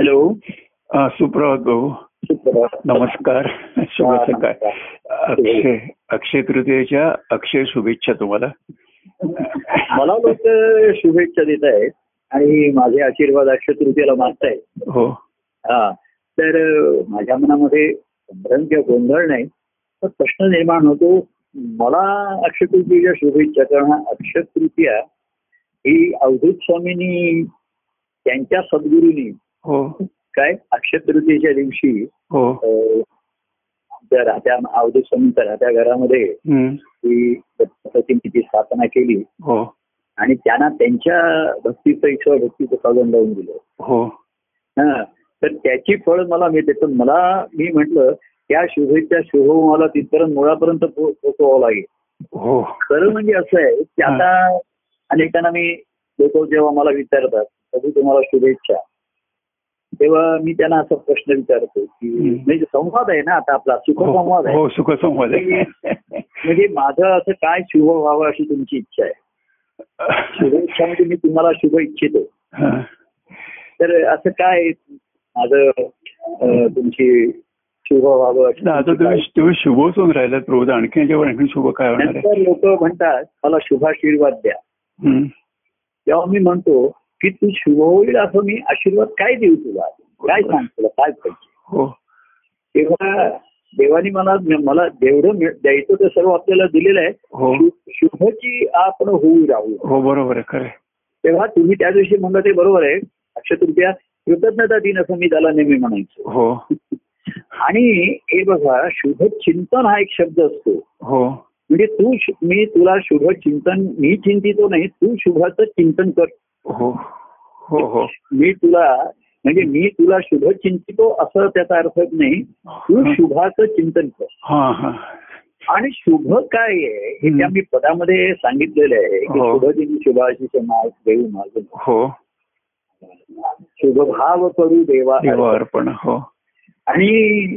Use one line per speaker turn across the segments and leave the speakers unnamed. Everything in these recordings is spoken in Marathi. हॅलो
अं, सुप्रभात भाऊ नमस्कार शुभ सकाळ अक्षय अक्षय तृतीयेच्या अक्षय शुभेच्छा तुम्हाला
मला लोक शुभेच्छा देत आहेत आणि माझे आशीर्वाद अक्षय तृतीयेला मागतायत
हो
हा तर अ, माझ्या मनामध्ये संभ्रम किंवा गोंधळ नाही पण प्रश्न निर्माण होतो मला अक्षय तृतीयेच्या शुभेच्छा कारण अक्षय तृतीया ही अवधूत स्वामींनी त्यांच्या सद्गुरूंनी
हो
काय अक्षय तृतीयेच्या दिवशी
हो
अ, आमच्या राहत्या अवधूत स्वामींच्या राहत्या घरामध्ये
हम्म.
की प्रतिमेची स्थापना केली
हो
आणि त्यांना त्यांच्या भक्तीचं ईश्वर भक्तीचं साधन लावून दिलं
हो
हा तर त्याची फळ मला मिळते पण मला मी म्हटलं त्या शुभेच्या शुभ मला तिथपर्यंत मुळापर्यंत पो- पोहोचवावं लागेल
हो
खरं म्हणजे असं आहे की आता अनेकांना मी लोक जेव्हा मला विचारतात प्रभू तुम्हाला शुभेच्छा तेव्हा मी त्यांना असा प्रश्न विचारतो की
हम्म.
म्हणजे संवाद आहे ना आता आपला
हो
सुखसंवाद आहे
हो, सुखसंवाद आहे
म्हणजे माझं असं काय शुभ व्हावं अशी तुमची इच्छा आहे शुभेच्छा म्हणजे मी तुम्हाला शुभ इच्छितो
हा.
तर असं काय माझं अं, तुमची शुभ व्हावं अशी
आता
तुमची
तुम्ही
काय-
तुम्ही शुभच होऊन राहिलात प्रभू आणखी याच्यावर आणखी शुभ काय होणार आहे
नंतर लोक म्हणतात मला शुभाशीर्वाद द्या
हम्म.
तेव्हा मी म्हणतो की तू शुभ होईल असं मी आशीर्वाद काय देऊ तुला काय सांग तुला काय पाहिजे
हो
तेव्हा देवाने मला मला जेवढं मिळ- द्यायचं ते सर्व आपल्याला दिलेलं आहे
हो
शु- शुभची आपण होऊ राहू
हो बरोबर आहे खरं आहे.
तेव्हा तुम्ही त्या दिवशी म्हणलं ते बरोबर आहे अक्षय तुमच्या कृतज्ञता दिन असं मी त्याला नेहमी म्हणायचो
हो
आणि हे बघा शुभ चिंतन हा एक शब्द असतो
हो
म्हणजे तू शु- मी तुला शुभ चिंतन मी चिंतितो नाही तू शुभाचं चिंतन कर
हो हो हो
मी तुला म्हणजे मी तुला शुभ चिंतितो असं त्याचा अर्थ नाही तू शुभाचं चिंतन कर
हा हा
आणि शुभ काय आहे हे त्या मी पदामध्ये सांगितलेलं आहे की
हो.
शुभ दिन शुभाशी समाज देऊ माझ
हो
शुभ भाव करू देवा
देवा अर्पण हो
आणि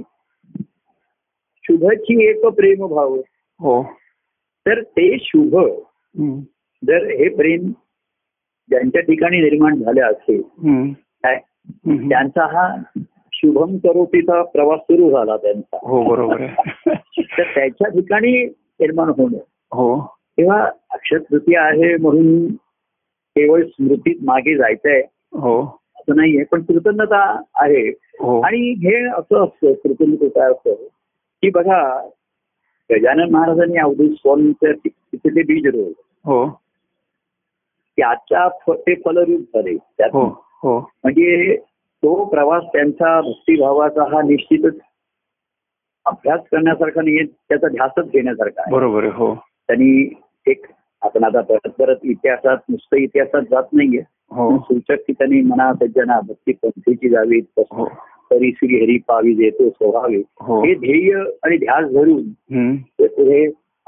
शुभची एक प्रेम भाव
हो
तर ते शुभ
हम्म.
जर हे प्रेम ज्यांच्या ठिकाणी निर्माण झाले असेल
हम्म.
काय
हम्म.
त्यांचा हा शुभम करोटीचा प्रवास सुरू झाला त्यांचा
हो बरोबर आहे
तर त्याच्या ठिकाणी निर्माण होणं
हो
तेव्हा अक्षय तृतीया आहे म्हणून केवळ स्मृतीत मागे जायचंय
हो
असं नाहीये पण कृतज्ञता आहे
हो
आणि हे असं असतं कृतज्ञता असतं की बघा गजानन महाराजांनी अवधूत स्वामीचं ति- तिथे ते बीज रोवलं
हो
त्याच्या फ- ते फलरूप झाले त्यात
हो हो
म्हणजे तो प्रवास त्यांचा भक्तिभावाचा हा निश्चितच अभ्यास करण्यासारखा नाही त्याचा ध्यासच घेण्यासारखा आहे
बरोबर आहे हो
त्यांनी एक आपण आता परत परत इतिहासात नुसतं इतिहासात जात नाहीये
हो
सूचक ठिकाणी मना सज्जना भक्ती पंथीची जावी
हो
तरी श्री हरी पावी देतो स्वभावी
हो
हे ध्येय आणि ध्यास धरून
हम्म.
ते पुढे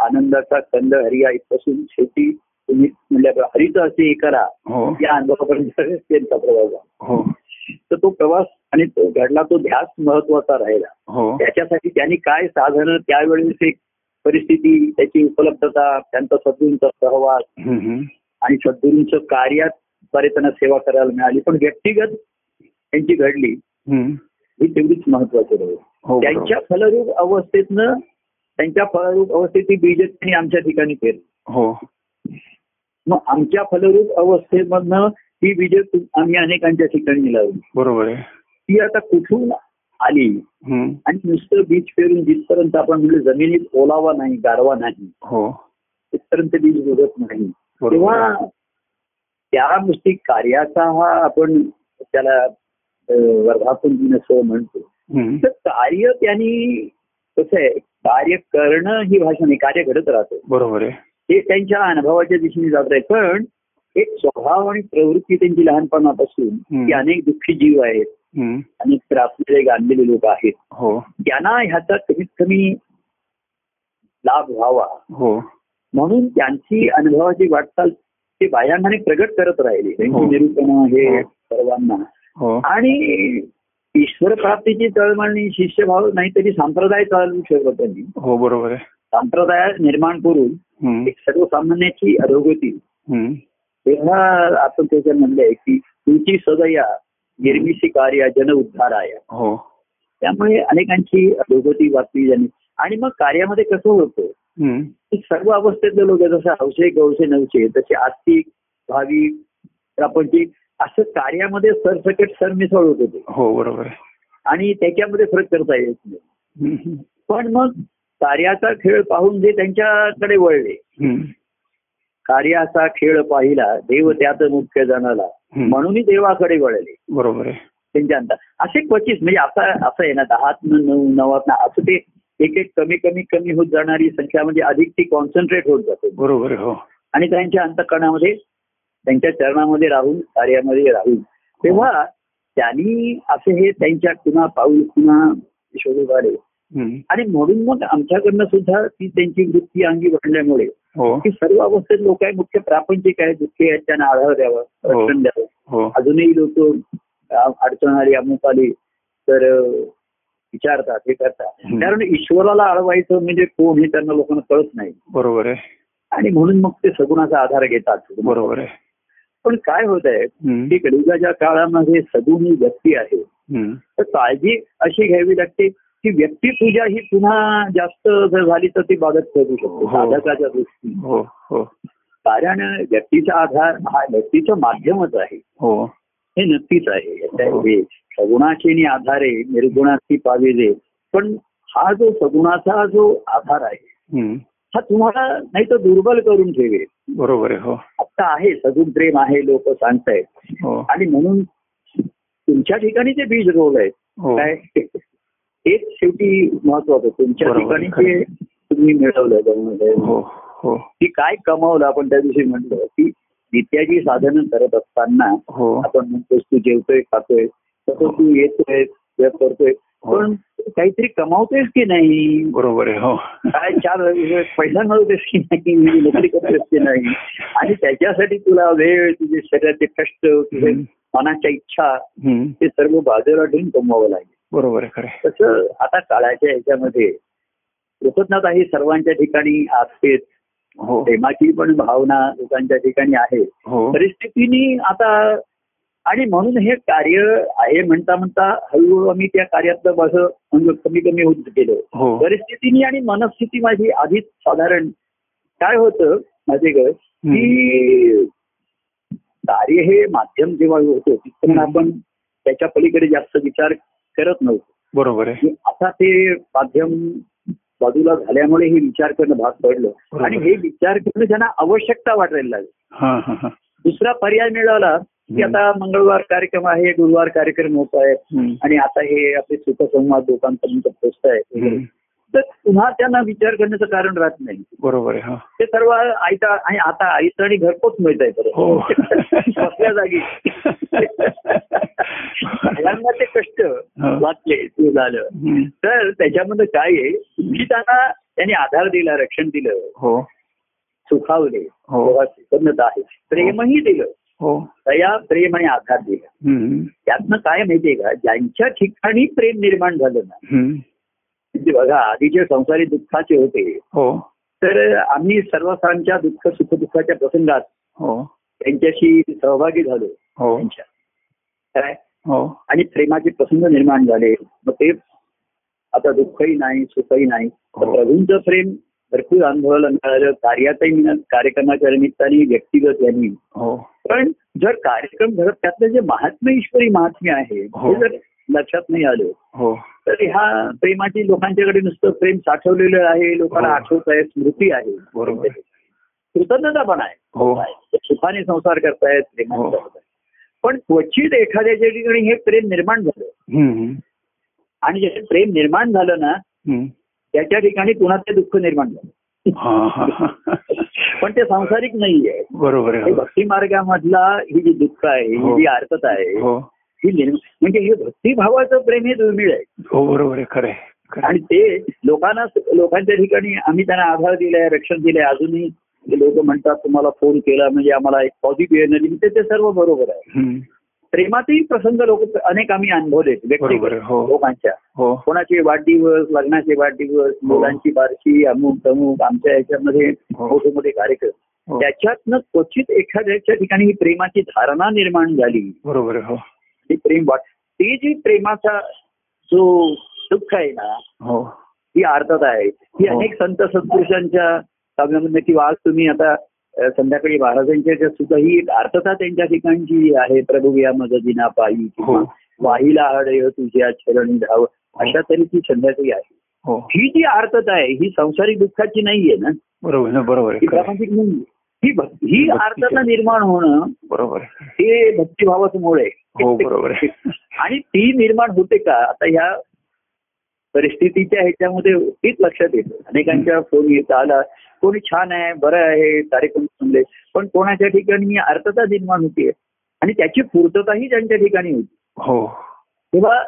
आनंदाचा कंद हरिया इथपासून शेवटी तुम्ही म्हणल्या हरिचा असे करा
हो
या अनुभवापर्यंत त्यांचा प्रवास झाला
हो
तर तो प्रवास आणि तो घडला तो ध्यास महत्वाचा राहिला
हो
त्याच्यासाठी त्यांनी काय साधनं त्यावेळेस एक परिस्थिती त्याची उपलब्धता त्यांचा सद्गुरूंचा सहवास
हम्म, हम्म.
आणि सद्गुरूंचं कार्यात बरे त्यांना सेवा करायला मिळाली पण व्यक्तिगत त्यांची घडली
हम्म.
ही तेवढीच महत्वाची राहील
हो बरोबर.
त्यांच्या फलरूप अवस्थेतनं त्यांच्या फलरूप अवस्थेची बीज त्यांनी आमच्या ठिकाणी पेरली
हो
मग आमच्या फलरूप अवस्थेमधनं ही बीज तु- आम्ही अनेकांच्या ठिकाणी लावली
बरोबर आहे
ती आता कुठून आली
हम्म.
आणि नुसतं बीज पेरून जिथपर्यंत आपण म्हणजे जमिनीत ओलावा नाही गारवा नाही
हो
तिथपर्यंत बीज उगत नाही
बरोबर
तेव्हा
आहे.
त्या नुसती कार्याचा हा आपण त्याला अ, वर्धापन दिन असं म्हणतो
हम्म.
तर कार्य त्यांनी कसं आहे कार्य करणं ही भाषा नाही कार्य घडत राहतं
बरोबर आहे
ते त्यांच्या अनुभवाच्या दिशेने जात आहे पण एक स्वभाव आणि प्रवृत्ती त्यांची लहानपणापासून
हम्म.
की अनेक दुःखी जीव आहेत
हम्म.
अनेक त्रासलेले गांधलेले लोक आहेत
हो
त्यांना ह्याचा कमीत कमी लाभ व्हावा
हो
म्हणून त्यांची अनुभवाची वाटचाल ते बाह्यांनी प्रगट करत राहिले त्यांची
हो.
निरूपण हे
हो.
सर्वांना
हो
आणि ईश्वर प्राप्तीची तळमळणी शिष्यभाव नाही तरी संप्रदाय चालू ठेवला त्यांनी
हो बरोबर आहे
संप्रदाय निर्माण करून
हम्म.
एक सर्वसामान्याची अधोगती
हम्म.
तेव्हा आपण त्याच्या म्हणलंय की तुमची सदया निर्मिती कार्य जन उद्धाराय
हो
त्यामुळे अनेकांची अधोगती बातमी झाली आणि मग कार्यामध्ये कसं होतं
हम्म.
की सर्व अवस्थेतले लोक जसं हौसे गवसे नवसे तसे आस्तिक भाविक प्रापंचिक असं कार्यामध्ये सरसकट सरमिसळ होत होते
हो बरोबर आहे
आणि त्याच्यामध्ये फरक करता येत नाही
हम्म, हम्म.
पण मग कार्याचा खेळ पाहून जे त्यांच्याकडे वळले
हम्म.
कार्याचा खेळ पाहिला देव त्यात मुख्य जाणाला
हम्म.
म्हणूनही देवाकडे वळले
बरोबर आहे
त्यांच्या अंतर असे क्वचित म्हणजे आता असं आहे ना दहात नऊ नवात असं ते एक एक कमी कमी कमी होत जाणारी संख्या म्हणजे अधिक ती कॉन्सन्ट्रेट होत जाते
बरोबर आहे हो
आणि त्यांच्या अंतकरणामध्ये त्यांच्या चरणामध्ये राहून कार्यामध्ये राहून तेव्हा त्यांनी असे हे त्यांच्या कुणा पाऊल कुणा शोधून आले
हम्म.
आणि म्हणून मग आमच्याकडनं सुद्धा ती त्यांची वृत्ती अंगी वाढल्यामुळे
हो
की सर्व अवस्थेत लोक आहे मुख्य प्रापंचिक आहेत दुःखी आहेत त्यांना आधार द्यावा
हो.
रक्षण द्यावं
हो
अजूनही लोक अडचण आली अमुक आली तर अ, विचारतात हे करतात
हम्म.
कारण ईश्वराला अडवायचं म्हणजे कोण हे त्यांना लोकांना कळत नाही
बरोबर आहे
आणि म्हणून मग ते सगुणाचा आधार घेतात
बरोबर आहे
पण काय होत आहे
हम्म.
की कलियुगाच्या काळामध्ये सगुण ही व्यक्ती आहे
हम्म.
तर काळजी अशी घ्यावी लागते की व्यक्तिपूजा ही पुन्हा जास्त जर झाली तर ती बाधक ठरू शकते
हो.
साधकाच्या दृष्टीने
हो हो
कारण व्यक्तीचा आधार हा व्यक्तीचं माध्यमच आहे
हो
हे नक्कीच आहे त्याच्यामध्ये सगुणाचे आधारे निर्गुणाची पाविले पण हा जो सगुणाचा जो आधार आहे
हम्म.
हा तुम्हाला नाही तर दुर्बल करून ठेवेल
बरोबर आहे हो
आता आहे सगुण प्रेम आहे लोक सांगतायत
हो
आणि म्हणून तुमच्या ठिकाणी ते बीज रोल आहेत
हो
काय हेच शेवटी महत्वाचं तुमच्या
बरोबर,
ठिकाणी
खरं.
ते तुम्ही मिळवलं त्यामुळे
हो हो
की काय कमावलं आपण त्या दिवशी म्हटलं की नित्याची साधनं करत असताना
हो
आपण म्हणतोस तू जेवतोय खातोय तसं तू येतोय हे करतोय
हो.
पण काहीतरी कमावतेस की नाही
बरोबर आहे हो
काय चार पैसा मिळवतेस की नाही म्हणजे नोकरी करतेस की नाही आणि त्याच्यासाठी तुला वेळ तुझे शरीराचे कष्ट तुझे
हम्म.
मनाच्या इच्छा
हम्म.
ते सर्व बाजूला ठेवून कमवावं लागेल
बरोबर आहे खरे
तसं आता काळाच्या ह्याच्यामध्ये कृतज्ञता ही सर्वांच्या ठिकाणी असते
हो
प्रेमाची पण भावना लोकांच्या ठिकाणी आहे
हो
परिस्थितीने आता आणि म्हणून हे कार्य आहे म्हणता म्हणता हळूहळू आम्ही त्या कार्यातलं माझं अंग कमी कमी होत गेलो
हो
परिस्थितीने आणि मनस्थिती माझी आधीच साधारण काय होतं माझे घर की कार्य हे माध्यम जेव्हा होतं तिथं
हम्म.
आपण त्याच्या पलीकडे जास्त विचार करत नव्हतो
बरोबर आहे
आणि आता ते माध्यम बाजूला झाल्यामुळे हे विचार करणं भाग पडलं
बरोबर.
आणि हे विचार करणं त्यांना आवश्यकता वाटायला लागली
हा हा हा
दुसरा पर्याय मिळाला की
हम्म.
आता मंगळवार कार्यक्रम आहे गुरुवार कार्यक्रम होत आहे
हम्म.
आणि आता हे आपले सुखसंवाद लोकांपर्यंत पोहोचत आहे
हम्म.
तर पुन्हा त्यांना विचार करण्याचं कारण राहत नाही
बरोबर आहे हा
ते सर्व आयता आणि आता आयतं आणि घरपोच मिळत आहे परत
हो
बसल्या जागी सगळ्यांना ते कष्ट
हा.
वाचले ते झालं
हम्म.
तर त्याच्यामध्ये काय आहे की त्यांना त्यांनी आधार दिला रक्षण दिलं
हो
सुखावले
हो.
तेव्हा सुखन्नता आहे प्रेमही दिलं
हो
दया प्रेम आणि आधार दिला
हम्म.
त्यातनं काय माहितीये का ज्यांच्या ठिकाणी प्रेम निर्माण झालं ना
हम्म.
म्हणजे बघा आधीचे संसारी दुःखाचे होते
हो
तर आम्ही सर्वसांच्या दुःख सुखदुःखाच्या प्रसंगात
हो
त्यांच्याशी सहभागी झालो
हो
त्यांच्या काय
हो
आणि प्रेमाचे प्रसंग निर्माण झाले मग ते आता दुःखही नाही सुखही नाही तर
हो.
प्रभूंचं प्रेम भरपूर अनुभवायला मिळालं कार्याचाही मिळालं. कार्यक्रमाच्या निमित्ताने व्यक्तिगत यांनी
हो
पण जर कार्यक्रम घडत त्यातलं जे महात्म्य ईश्वरी महात्म्य आहे
हो.
हे जर लक्षात नाही आलं
हो
तर ह्या प्रेमाची लोकांच्याकडे नुसतं प्रेम साठवलेलं आहे लोकांना
हो.
आठवत आहे स्मृती आहे
बरोबर.
कृतज्ञता पण आहे
हो
ते सुखाने संसार करतायत प्रेमाने
हो.
करतायत. पण क्वचित एखाद्याच्या ठिकाणी हे प्रेम निर्माण झालं
हम्म.
आणि जे प्रेम निर्माण झालं ना
हम्म.
त्याच्या ठिकाणी पुन्हा ते दुःख निर्माण झालं
हा हा हा.
पण ते सांसारिक नाहीये
बरोबर आहे
हे
हो.
भक्ती मार्गामधला ही जी दुःख आहे ही
हो.
जी आर्थता आहे
हो
ही निर्म- म्हणजे हे भक्तिभावाचं प्रेम हे दुर्मिळ आहे
हो बरोबर आहे खरे खरे
आणि ते लोकांना लोकांच्या ठिकाणी आम्ही त्यांना आधार दिलाय रक्षण दिलंय अजूनही लोक म्हणतात तुम्हाला फोन केला म्हणजे आम्हाला एक पॉझिटिव्ह एनर्जी ते ते सर्व बरोबर आहे प्रेमातही प्रसंग लोक अनेक आम्ही अनुभवलेत
बरोबर
व्यक्तिगत
आहे, हो.
लोकांच्या
हो
कोणाचे वाढदिवस लग्नाचे वाढदिवस मुलांची बारशी अमुक तमुक आमच्या याच्यामध्ये
हो.
मोठे मोठे कार्यक्रम
हो
त्याच्यातनं क्वचित एखाद्याच्या ठिकाणी ही प्रेमाची धारणा निर्माण झाली
बरोबर आहे हो
ते प्रेम वाट ते जे प्रेमाचा जो सुख आहे ना
हो
ही अर्थता आहे ही
हो.
अनेक संत सत्पुरुषांच्या काव्यामध्ये किंवा आज तुम्ही आता अ, संध्याकाळी महाराजांच्या याच्यात सुद्धा ही एक अर्थता त्यांच्या ठिकाणची आहे प्रभू या मदतीना पायी किंवा
हो.
वाहिला आडय तुझ्या चरण धाव अशा तऱ्हेची संध्याकाळी आहे
हो
ही जी अर्थता आहे ही संसारिक दुःखाची नाहीये ना
बरोबर आहे ना बरोबर
ही
आहे खरं आहे.
प्रापंचिक नाहीये ही भक्ती ही
भक्तीची
अर्थता
आहे.
निर्माण होणं
बरोबर आहे खरं आहे.
हे भक्तिभावाचं मूळ आहे
हो बरोबर आहे
आणि ती निर्माण होते का आता ह्या परिस्थितीच्या ह्याच्यामध्ये तीच लक्षात येते अनेकांच्या फोन येत आला कोणी छान आहे बरं आहे कार्यक्रम समले पण कोणाच्या ठिकाणी ही अर्थता निर्माण होतीये आणि त्याची पूर्तताही ज्यांच्या ठिकाणी होती
हो
तेव्हा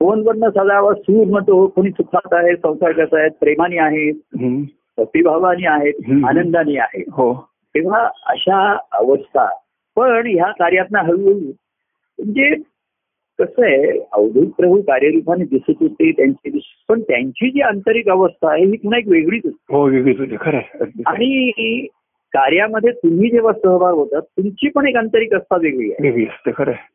फोनवरनं सदावा सूर म्हणतो "हो, कोणी सुखात आहे संसर्गात आहेत प्रेमाने आहेत
हम्म.
भक्तिभावाने आहेत
हम्म.
आनंदाने आहेत
हो
तेव्हा अशा अवस्था पण ह्या कार्यातनं हळूहळू म्हणजे कसं आहे अवधूत प्रभू कार्यरूपाने दिसत होते त्यांची पण त्यांची जी आंतरिक अवस्था आहे ही पुन्हा एक वेगळीच असते
हो वेगळी तुझी खरं आहे अगदी खरं आहे.
आणि कार्यामध्ये तुम्ही जेव्हा सहभाग होतात तुमची पण एक आंतरिक अवस्था वेगळी आहे
वेगळी असते खरं आहे.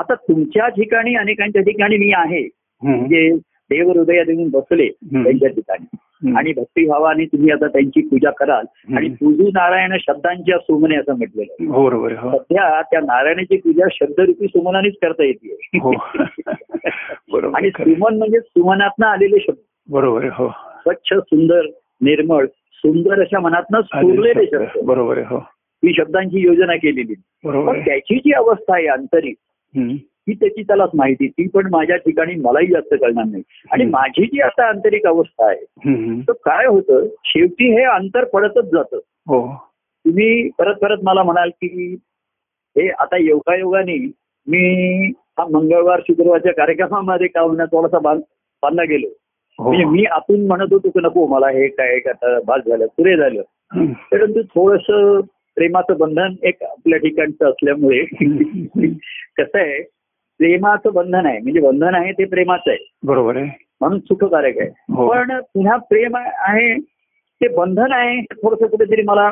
आता तुमच्या ठिकाणी अनेकांच्या ठिकाणी मी आहे
हम्म.
म्हणजे देव हृदयात येऊन बसले त्यांच्या ठिकाणी
हम्म.
आणि भक्तिभावाने तुम्ही आता त्यांची पूजा कराल आणि
हम्म.
तुझू नारायण शब्दांच्या सोमने असं म्हटलेलं आहे
बरोबर आहे, हो
सध्या त्या नारायणाची पूजा शब्दरूपी सुमनानेच करता येते
हो बरोबर
आणि
आहे, खरं आहे.
सुमन म्हणजे सुमनातनं आलेले शब्द
बरोबर आहे, हो
स्वच्छ सुंदर निर्मळ सुंदर अशा मनातनं सुरलेले शब्द
बरोबर आहे, हो
ही शब्दांची योजना केलेली
बरोबर
पण
आहे
त्याची जी अवस्था आहे आंतरिक
हम्म.
ही त्याची त्यालाच माहिती ती पण माझ्या ठिकाणी मलाही जास्त कळणार नाही आणि
हम्म.
माझी जी आता आंतरिक अवस्था आहे
हम्म.
तर काय होतं शेवटी हे अंतर पडतच जातं
हो
तुम्ही परत परत मला म्हणाल की हे आता योगायोगाने मी हा मंगळवार शुक्रवारच्या कार्यक्रमामध्ये का होणार थोडासा बांध बांधला गेलो
हो
म्हणजे मी आतून म्हणत होतो की नको मला हे काय काय आता बाद झालं पुरे झालं
हम्म.
परंतु थोडस प्रेमाचं बंधन एक आपल्या ठिकाणचं असल्यामुळे
हम्म.
कसं आहे प्रेमाचं बंधन आहे म्हणजे बंधन आहे ते प्रेमाचं आहे
बरोबर आहे
म्हणून सुखकारक आहे
हो.
पण पुन्हा प्रेम आहे ते बंधन आहे थोडस कुठेतरी मला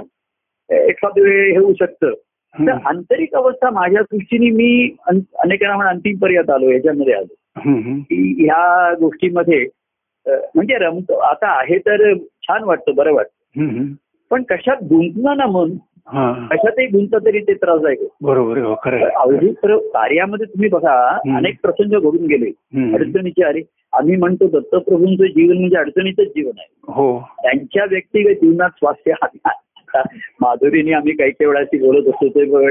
एखाद वेळ हे होऊ शकतं तर
हम्म.
आंतरिक अवस्था माझ्या दृष्टीने मी अन- अनेकांना म्हणून अंतिम पर्यात आलो याच्यामध्ये आलो
हम्म.
की ह्या गोष्टीमध्ये अ, म्हणजे रमतो आता आहे तर छान वाटतं बरं वाटतं
हम्म.
पण कशात गुंतलं ना मन
हा
कशातही गुंतलं तरी ते त्रासदायक
बरोबर आहे, हो खरं आहे.
अवधी कार्यामध्ये तुम्ही बघा
हम्म.
अनेक प्रसंग घडून गेले
हम्म.
अडचणीचे अरे आम्ही म्हणतो दत्तप्रभूंचं जीवन म्हणजे अडचणीचंच जीवन आहे
हो
त्यांच्या व्यक्तिगत जीवनात स्वास्थ्य आता माधुरीने आम्ही काही काही वेळाशी बोलत असतो ते बघ,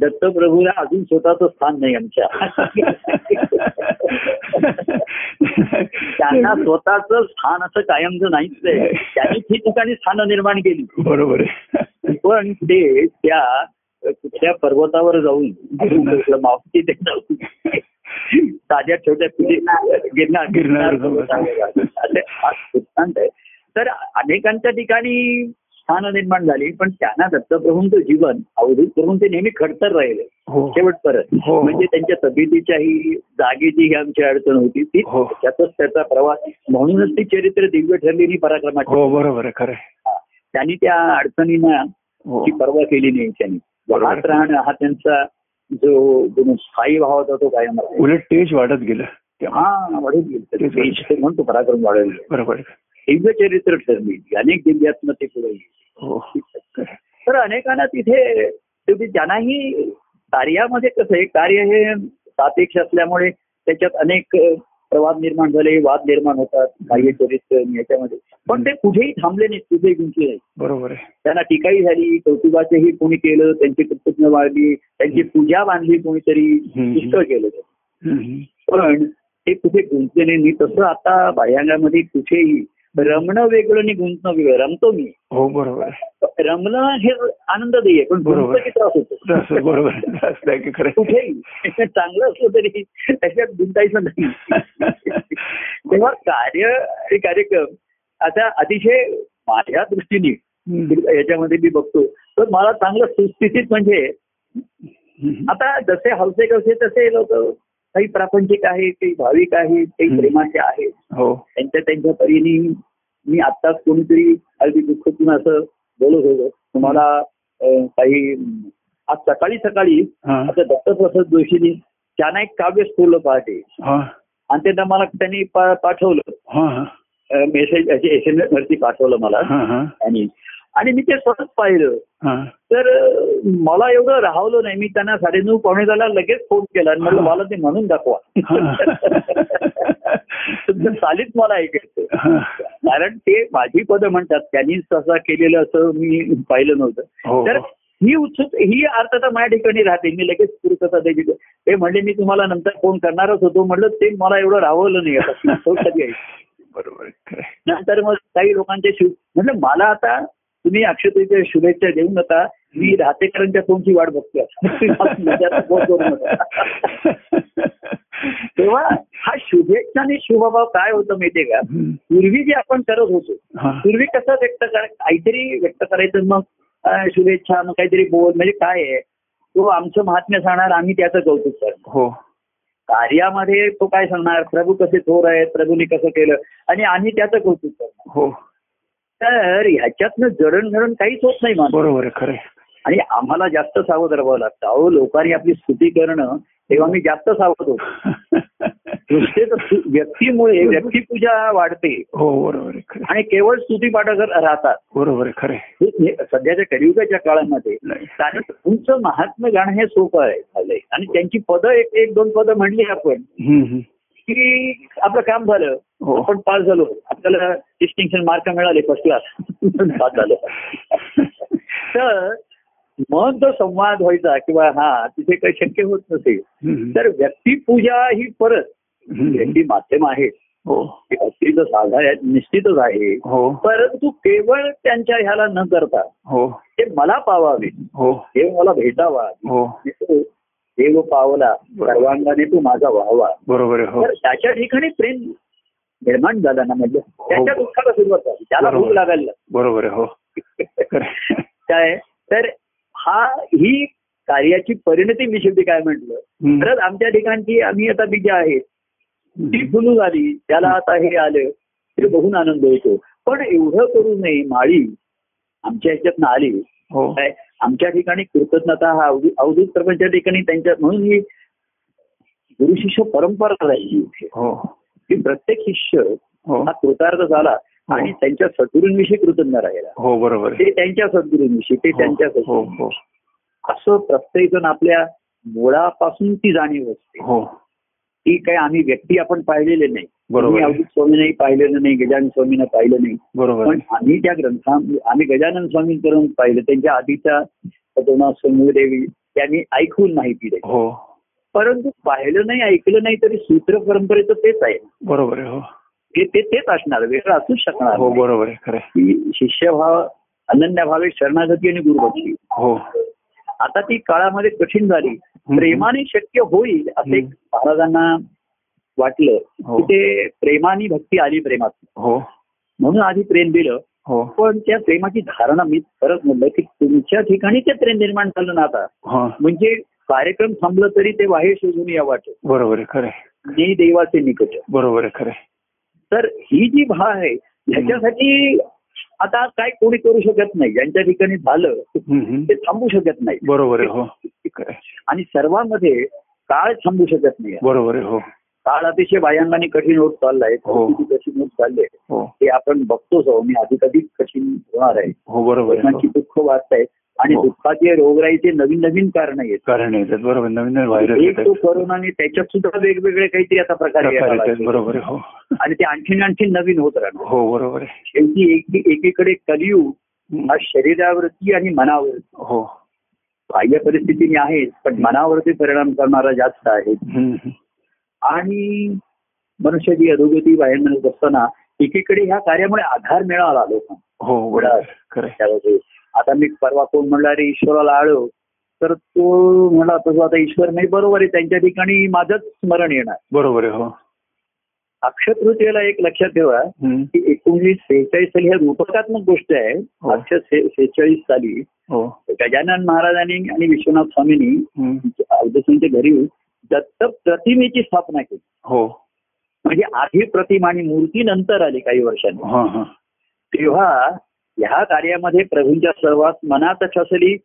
दत्तप्रभूला अजून स्वतःच स्थान नाही आमच्या त्यांना स्वतःच स्थान असं कायमचं नाहीच आहे त्यांनी ठिकठिकाणी स्थानं निर्माण केली
बरोबर आहे
पण ते त्या कुठल्या पर्वतावर जाऊन अरुणाचल मावती ते जाऊन ताज्या छोट्या गिरणार
गिरनार
गिरणार पर्वतावर. असे हा वृत्तांत आहे तर अनेकांच्या ठिकाणी स्थान निर्माण झाली पण त्यांना दत्तप्रभूंचं जीवन अवधूत प्रभूं ते नेहमी खडतर राहिले
हो
शेवटपर्यंत
हो, हो.
म्हणजे त्यांच्या तब्येतीच्याही जागेची ही आमची अडचण होती ती
हो.
त्याचाच त्याचा प्रवास म्हणूनच ती चरित्र दिव्य ठरलेली पराक्रमाची
हो बरोबर आहे खरं आहे.
त्यांनी त्या अडचणींना
हो
ची पर्वा केली नाही त्यांनी
बरोबर.
वाहत राहणं हा त्यांचा जो गुण स्थायी भाव होता तो कायम राहिला.
उलट तेज वाढत गेलं त्यामुळे.
हा वाढत गेलं
तेच
देश ते म्हणतो पराक्रम वाढवले
बरोबर आहे.
दिव्य चरित्र ठरली अनेक दिव्यात्म ते पुढे गेली.
हो
तर अनेकांना तिथे शेवटी ज्यांनाही कार्यामध्ये कसं आहे कार्य हे सापेक्ष असल्यामुळे त्याच्यात अनेक अ, प्रवाद निर्माण झाले वाद निर्माण होतात कार्य चरित्र याच्यामध्ये पण ते कुठेही थांबले नाहीत कुठेही गुंतले नाहीत
बरोबर आहे
त्यांना टीकाही झाली कौतुकाचेही कोणी केलं त्यांची कृतज्ञ वाढली त्यांची पूजा बांधली कोणीतरी
हम्म.
पुष्कळ केलं त्यांनी.
हम्म.
पण ते कुठे गुंतले नाही मी तसं आता बाह्यांगामध्ये कुठेही रमणं वेगळं आणि गुंतणं वेगळं रमतो मी
हो बरोबर आहे
रमणं हे आनंददायी आहे पण
बरोबर.
गुंतलं की त्रास होतो
असं बरोबर आहे. असं आहे की खरं आहे.
कुठेही चांगलं असलं तरी त्याच्यात गुंतायचं नाही तेव्हा कार्य आणि कार्यक्रम आता अतिशय माझ्या दृष्टीने
हम्म.
याच्यामध्ये मी बघतो तर मला चांगलं सुस्थितीत म्हणजे
हम्म.
आता जसे हौसे कसे तसे लोक काही प्रापंचिक आहेत काही भाविक आहेत काही
हम्म.
प्रेमाचे आहेत
हो
त्यांच्या त्यांच्या परीने मी आत्ताच कोणीतरी अगदी दुःखातून असं बोलत होतो तुम्हाला अं, काही आज सकाळी सकाळी
हा
आता दत्तप्रसाद जोशींनी त्यांना एक काव्य स्फुरलं पहाटे
हा
आणि त्यांना मला त्यांनी पा- पाठवलं
हा हा
मेसेज एस एम एस वरती पाठवलं मला
हा हा
आणि आणि मी ते स्वतःच पाहिलं
हा
तर अ, मला एवढं राहवलं नाही मी त्यांना साडेनऊ पावणे झाला लगेच फोन केला आणि म्हटलं
हा.
मला ते म्हणून दाखवा तुमचं चालीच मला ऐकायचं
हा.
कारण ते माझी पदं म्हणतात त्यांनीच तसा केलेलं असं मी पाहिलं नव्हतं
हो
तर
हो.
ही उत्सुक ही अर्थता माझ्या ठिकाणी राहते मी लगेच पूर्तता त्याची ते म्हणले मी तुम्हाला नंतर फोन करणारच होतो म्हटलं ते मला एवढं राहवलं नाही आता तो कधी आहे
बरोबर आहे, खरं आहे.
नंतर मग काही लोकांचे शुभ म्हटलं मला आता तुम्ही अक्षतेच्या शुभेच्छा देऊ नका मी राहतेकरांच्या फोनची वाट बघतोय माझ्यावर फोन करू नका. तेव्हा हा शुभेच्छा आणि शुभभाव काय होतं माहितीये का
हम्म.
पूर्वी जे आपण करत होतो
हा.
पूर्वी कसं व्यक्त करा काहीतरी व्यक्त करायचं मग अं, शुभेच्छा मग काहीतरी बोल म्हणजे काय आहे तो आमचं महात्म्य सांगणार आम्ही त्याचं कौतुक करणार
हो
कार्यामध्ये तो काय सांगणार प्रभू कसे थोर आहेत प्रभूने कसं केलं आणि आम्ही त्याचं कौतुक करणार
हो
तर ह्याच्यातनं जडणघडण काहीच होत नाही माणूस
बरोबर आहे, खरं आहे.
आणि आम्हाला जास्त सावध राहावं लागतं अहो लोकांनी आपली स्तुती करणं तेव्हा मी जास्त सावध होतो नुसतेच स्तु- व्यक्तीमुळे व्यक्तिपूजा वाढते
हो बरोबर आहे, खरं आहे.
आणि केवळ स्तुती पाठक राहतात
बरोबर आहे, खरं आहे.
हे- हे सध्याच्या कलियुगाच्या काळामध्ये
नाही.
कारण तुमचं महात्म्य गाणं हे सोपं आहे झालंय आणि त्यांची पदं एक एक दोन पदं म्हणली आपण
हम्म, हम्म.
की आपलं काम झालं
हो
आपण पास झालो आपल्याला डिस्टिंक्शन मार्क मिळाले फर्स्ट क्लास पास झालो तर मग जो संवाद व्हायचा किंवा हा तिथे काही शक्य होत नसेल
हम्म.
तर व्यक्तिपूजा ही परत
हम्म.
व्यक्ती माध्यम आहे
हो
ते व्यक्तीचं साधा आहे, निश्चितच आहे
हो
परंतु केवळ त्यांच्या ह्याला न करता
हो
ते मला पावावे
हो
देव मला भेटावा
हो
देव पावला सर्वांगाने तू माझा व्हावा
बरोबर आहे, हो
तर त्याच्या ठिकाणी प्रेम निर्माण झाला ना म्हणजे त्याच्या दुःखाला सुरुवात झाली त्याला भूक
हो. बरोबर.
लागायला लागली.
बरोबर आहे, हो खरं आहे.
काय तर हा ही कार्याची परिणती मी शेवटी काय म्हटलं
हम्म.
खरंच आमच्या ठिकाणची आम्ही आता बीजे आहेत ती फुलू झाली त्याला आता हे आलं ते बघून आनंद होतो पण एवढं करू नये माळी आमच्या ह्याच्यातनं आली
हो
काय आमच्या ठिकाणी कृतज्ञता हा अवधू- अवधूत प्रपंच्या ठिकाणी त्यांच्या म्हणून ही गुरु शिष्य परंपरा राहिली
हो
की प्रत्येक शिष्य
हो
हा कृतार्थ झाला
हो.
आणि त्यांच्या सद्गुरूंविषयी कृतज्ञ राहिला
हो बरोबर आहे.
ते त्यांच्या सद्गुरूंविषयी ते त्यांच्या
हो हो
सद्गुरूंविषयी.
हो
असं प्रत्येक जण आपल्या मुळापासून ती जाणीव असते
हो
ती काय आम्ही व्यक्ती आपण पाहिलेले नाही
बरोबर
मी
आहे.
अवधूत स्वामींनाही पाहिलेलं नाही गजानन स्वामींना पाहिलं नाही
बरोबर
पण
आहे.
आम्ही त्या ग्रंथा आम्ही गजानन स्वामींकडून पाहिलं त्यांच्या आधीच्या पद्मनाथ स्वामीदेवी त्यांनी ऐकून माहिती दिली
हो
परंतु पाहिलं नाही ऐकलं नाही तरी सूत्र परंपरेचं तेच आहे
बरोबर आहे, हो
ते- ते तेच असणार वेगळं असूच शकणार
हो
नाही.
बरोबर आहे खरं आहे.
की शिष्यभाव अनन्यभावे शरणागती आणि गुरुभक्ती
हो
आता ती काळामध्ये कठीण झाली प्रेमाने शक्य होईल असं एक
हम्म.
महाराजांना वाटलं
हो.
की ते प्रेमाने भक्ती आली प्रेमात
हो
म्हणून आधी प्रेम दिलं
हो
पण त्या प्रेमाची धारणा मी परत म्हणलं की तुमच्या ठिकाणी ते प्रेम निर्माण झालं ना आता
हा
म्हणजे कार्यक्रम थांबलं तरी ते बाहेर शोधून या वाटत
बरोबर आहे खरं आहे.
जे देवाचे निकट
बरोबर आहे खरं आहे.
तर ही जी भाव आहे ह्याच्यासाठी आता काय कोणी करू शकत नाही ज्यांच्या ठिकाणी झालं
हम्म, हम्म.
ते थांबू शकत नाही
बरोबर आहे हो खरं आहे.
आणि सर्वांमध्ये काळ थांबू शकत नाही
बरोबर आहे हो
काळ अतिशय बाह्यांगाने कठीण होत चाललाय
हो.
परिस्थिती कठीण होत चालली आहे
हो
ते आपण बघतोच आहोत आणि अधिकाधिक कठीण होणार आहे
हो बरोबर आहे
लोकांची
हो.
दुःख वाढतायत आणि
हो.
दुःखाचे रोगराईचे नवीन नवीन कारण येत
कारण येतात बरोबर आहे. नवीन नवीन व्हायरस
एक तो
येतात
कोरोनाने त्याच्यात सुद्धा वेगवेगळे काहीतरी आता प्रकार
प्रकार
यायला
येतात
लागले.
बरोबर आहे हो
आणि ते आणखीन आणखीन नवीन होत राहणार
हो बरोबर आहे
शेवटी एक- एकीकडे कलियुग
हम्म.
हा शरीरावरती आणि मनावरती
हो
बाह्य परिस्थितीने आहेच पण मनावरती परिणाम करणारा जास्त आहे
हम्म, हम्म.
आणि मनुष्याची अधोगती बाहेर मिळत असताना एकीकडे ह्या कार्यामुळे आधार मिळाला लोकांना
हो बरोबर आहे. खरं आहे.
त्यामध्ये आता मी परवा कोण म्हणला रे ईश्वराला आळो तर तो म्हणला तसं आता ईश्वर नाही बरोबर आहे त्यांच्या ठिकाणी माझंच स्मरण येणार
बरोबर आहे हो
अक्षय तृतीयेला एक लक्षात ठेवा
हम्म.
की एकोणीसशे सेहेचाळीस साली ह्या रूपकात्मक गोष्ट आहे
हो.
अक्षय से- सेहेचाळीस साली
हो
गजानन महाराजांनी आणि विश्वनाथ स्वामींनी
हम्म.
अवधसूंच्या घरी दत्त प्रतिमेची स्थापना केली
हो
म्हणजे आधी प्रतिमा आणि मूर्ती नंतर आली काही वर्षांनी
हा हा
तेव्हा ह्या कार्यामध्ये प्रभूंच्या सर्वात मनात ठसली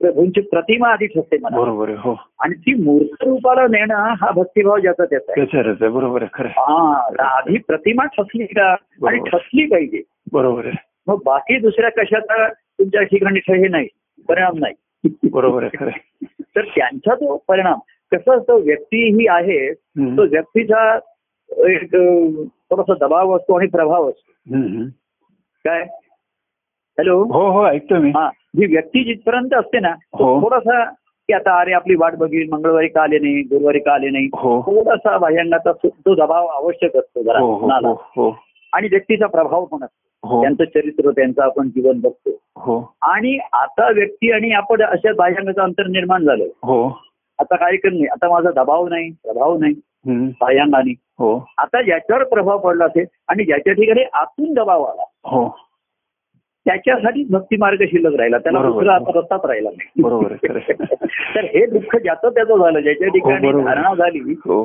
प्रभूंची प्रतिमा आधी ठसते मला
बरोबर आहे हो
आणि ती मूर्त रूपाला नेणं हा भक्तिभाव ज्याचा त्याचा आहे
त्याच्यावरच आहे बरोबर आहे खरं आहे.
हा तर आधी प्रतिमा ठसली का आणि
बरोबर.
ठसली पाहिजे
बरोबर आहे
मग बाकी दुसऱ्या कशाचा तुमच्या ठिकाणी हे नाही परिणाम नाही
बरोबर आहे खरं आहे.
तर त्यांचा तो परिणाम कसं असतं व्यक्ती ही आहे तो
हम्म.
व्यक्तीचा एक अ, थोडासा दबाव असतो आणि प्रभाव असतो
हम्म.
काय हॅलो
हो हो ऐकतोय मी
हा जी व्यक्ती जिथपर्यंत असते ना तो
हो.
थोडासा की आता अरे आपली वाट बघील मंगळवारी का आले नाही गुरुवारी का आले नाही
हो हो
थोडासा बाह्यांगाचा तो- तो दबाव आवश्यक असतो जरा
हो
मनाला.
हो हो
आणि व्यक्तीचा प्रभाव पण असतो
हो
त्यांचं चरित्र त्यांचं आपण जीवन बघतो
हो
आणि आता व्यक्ती आणि आपण अशा बाह्यांगाचं अंतर निर्माण झालं
हो
आता काय नाही आता माझा दबाव नाही प्रभाव नाही
हम्म.
बाह्यांगाने
हो
आता ज्याच्यावर प्रभाव पडला असेल आणि ज्याच्या ठिकाणी आतून दबाव आला
हो
त्याच्यासाठी भक्ती मार्ग शिल्लक राहिला त्याला
बरोबर.
दुसरा आता रस्ताच राहिला नाही
बरोबर आहे, खरं आहे.
तर हे दुःख ज्याचं त्याचं झालं ज्याच्या
हो,
ठिकाणी
बरोबर.
धारणा झाली
हो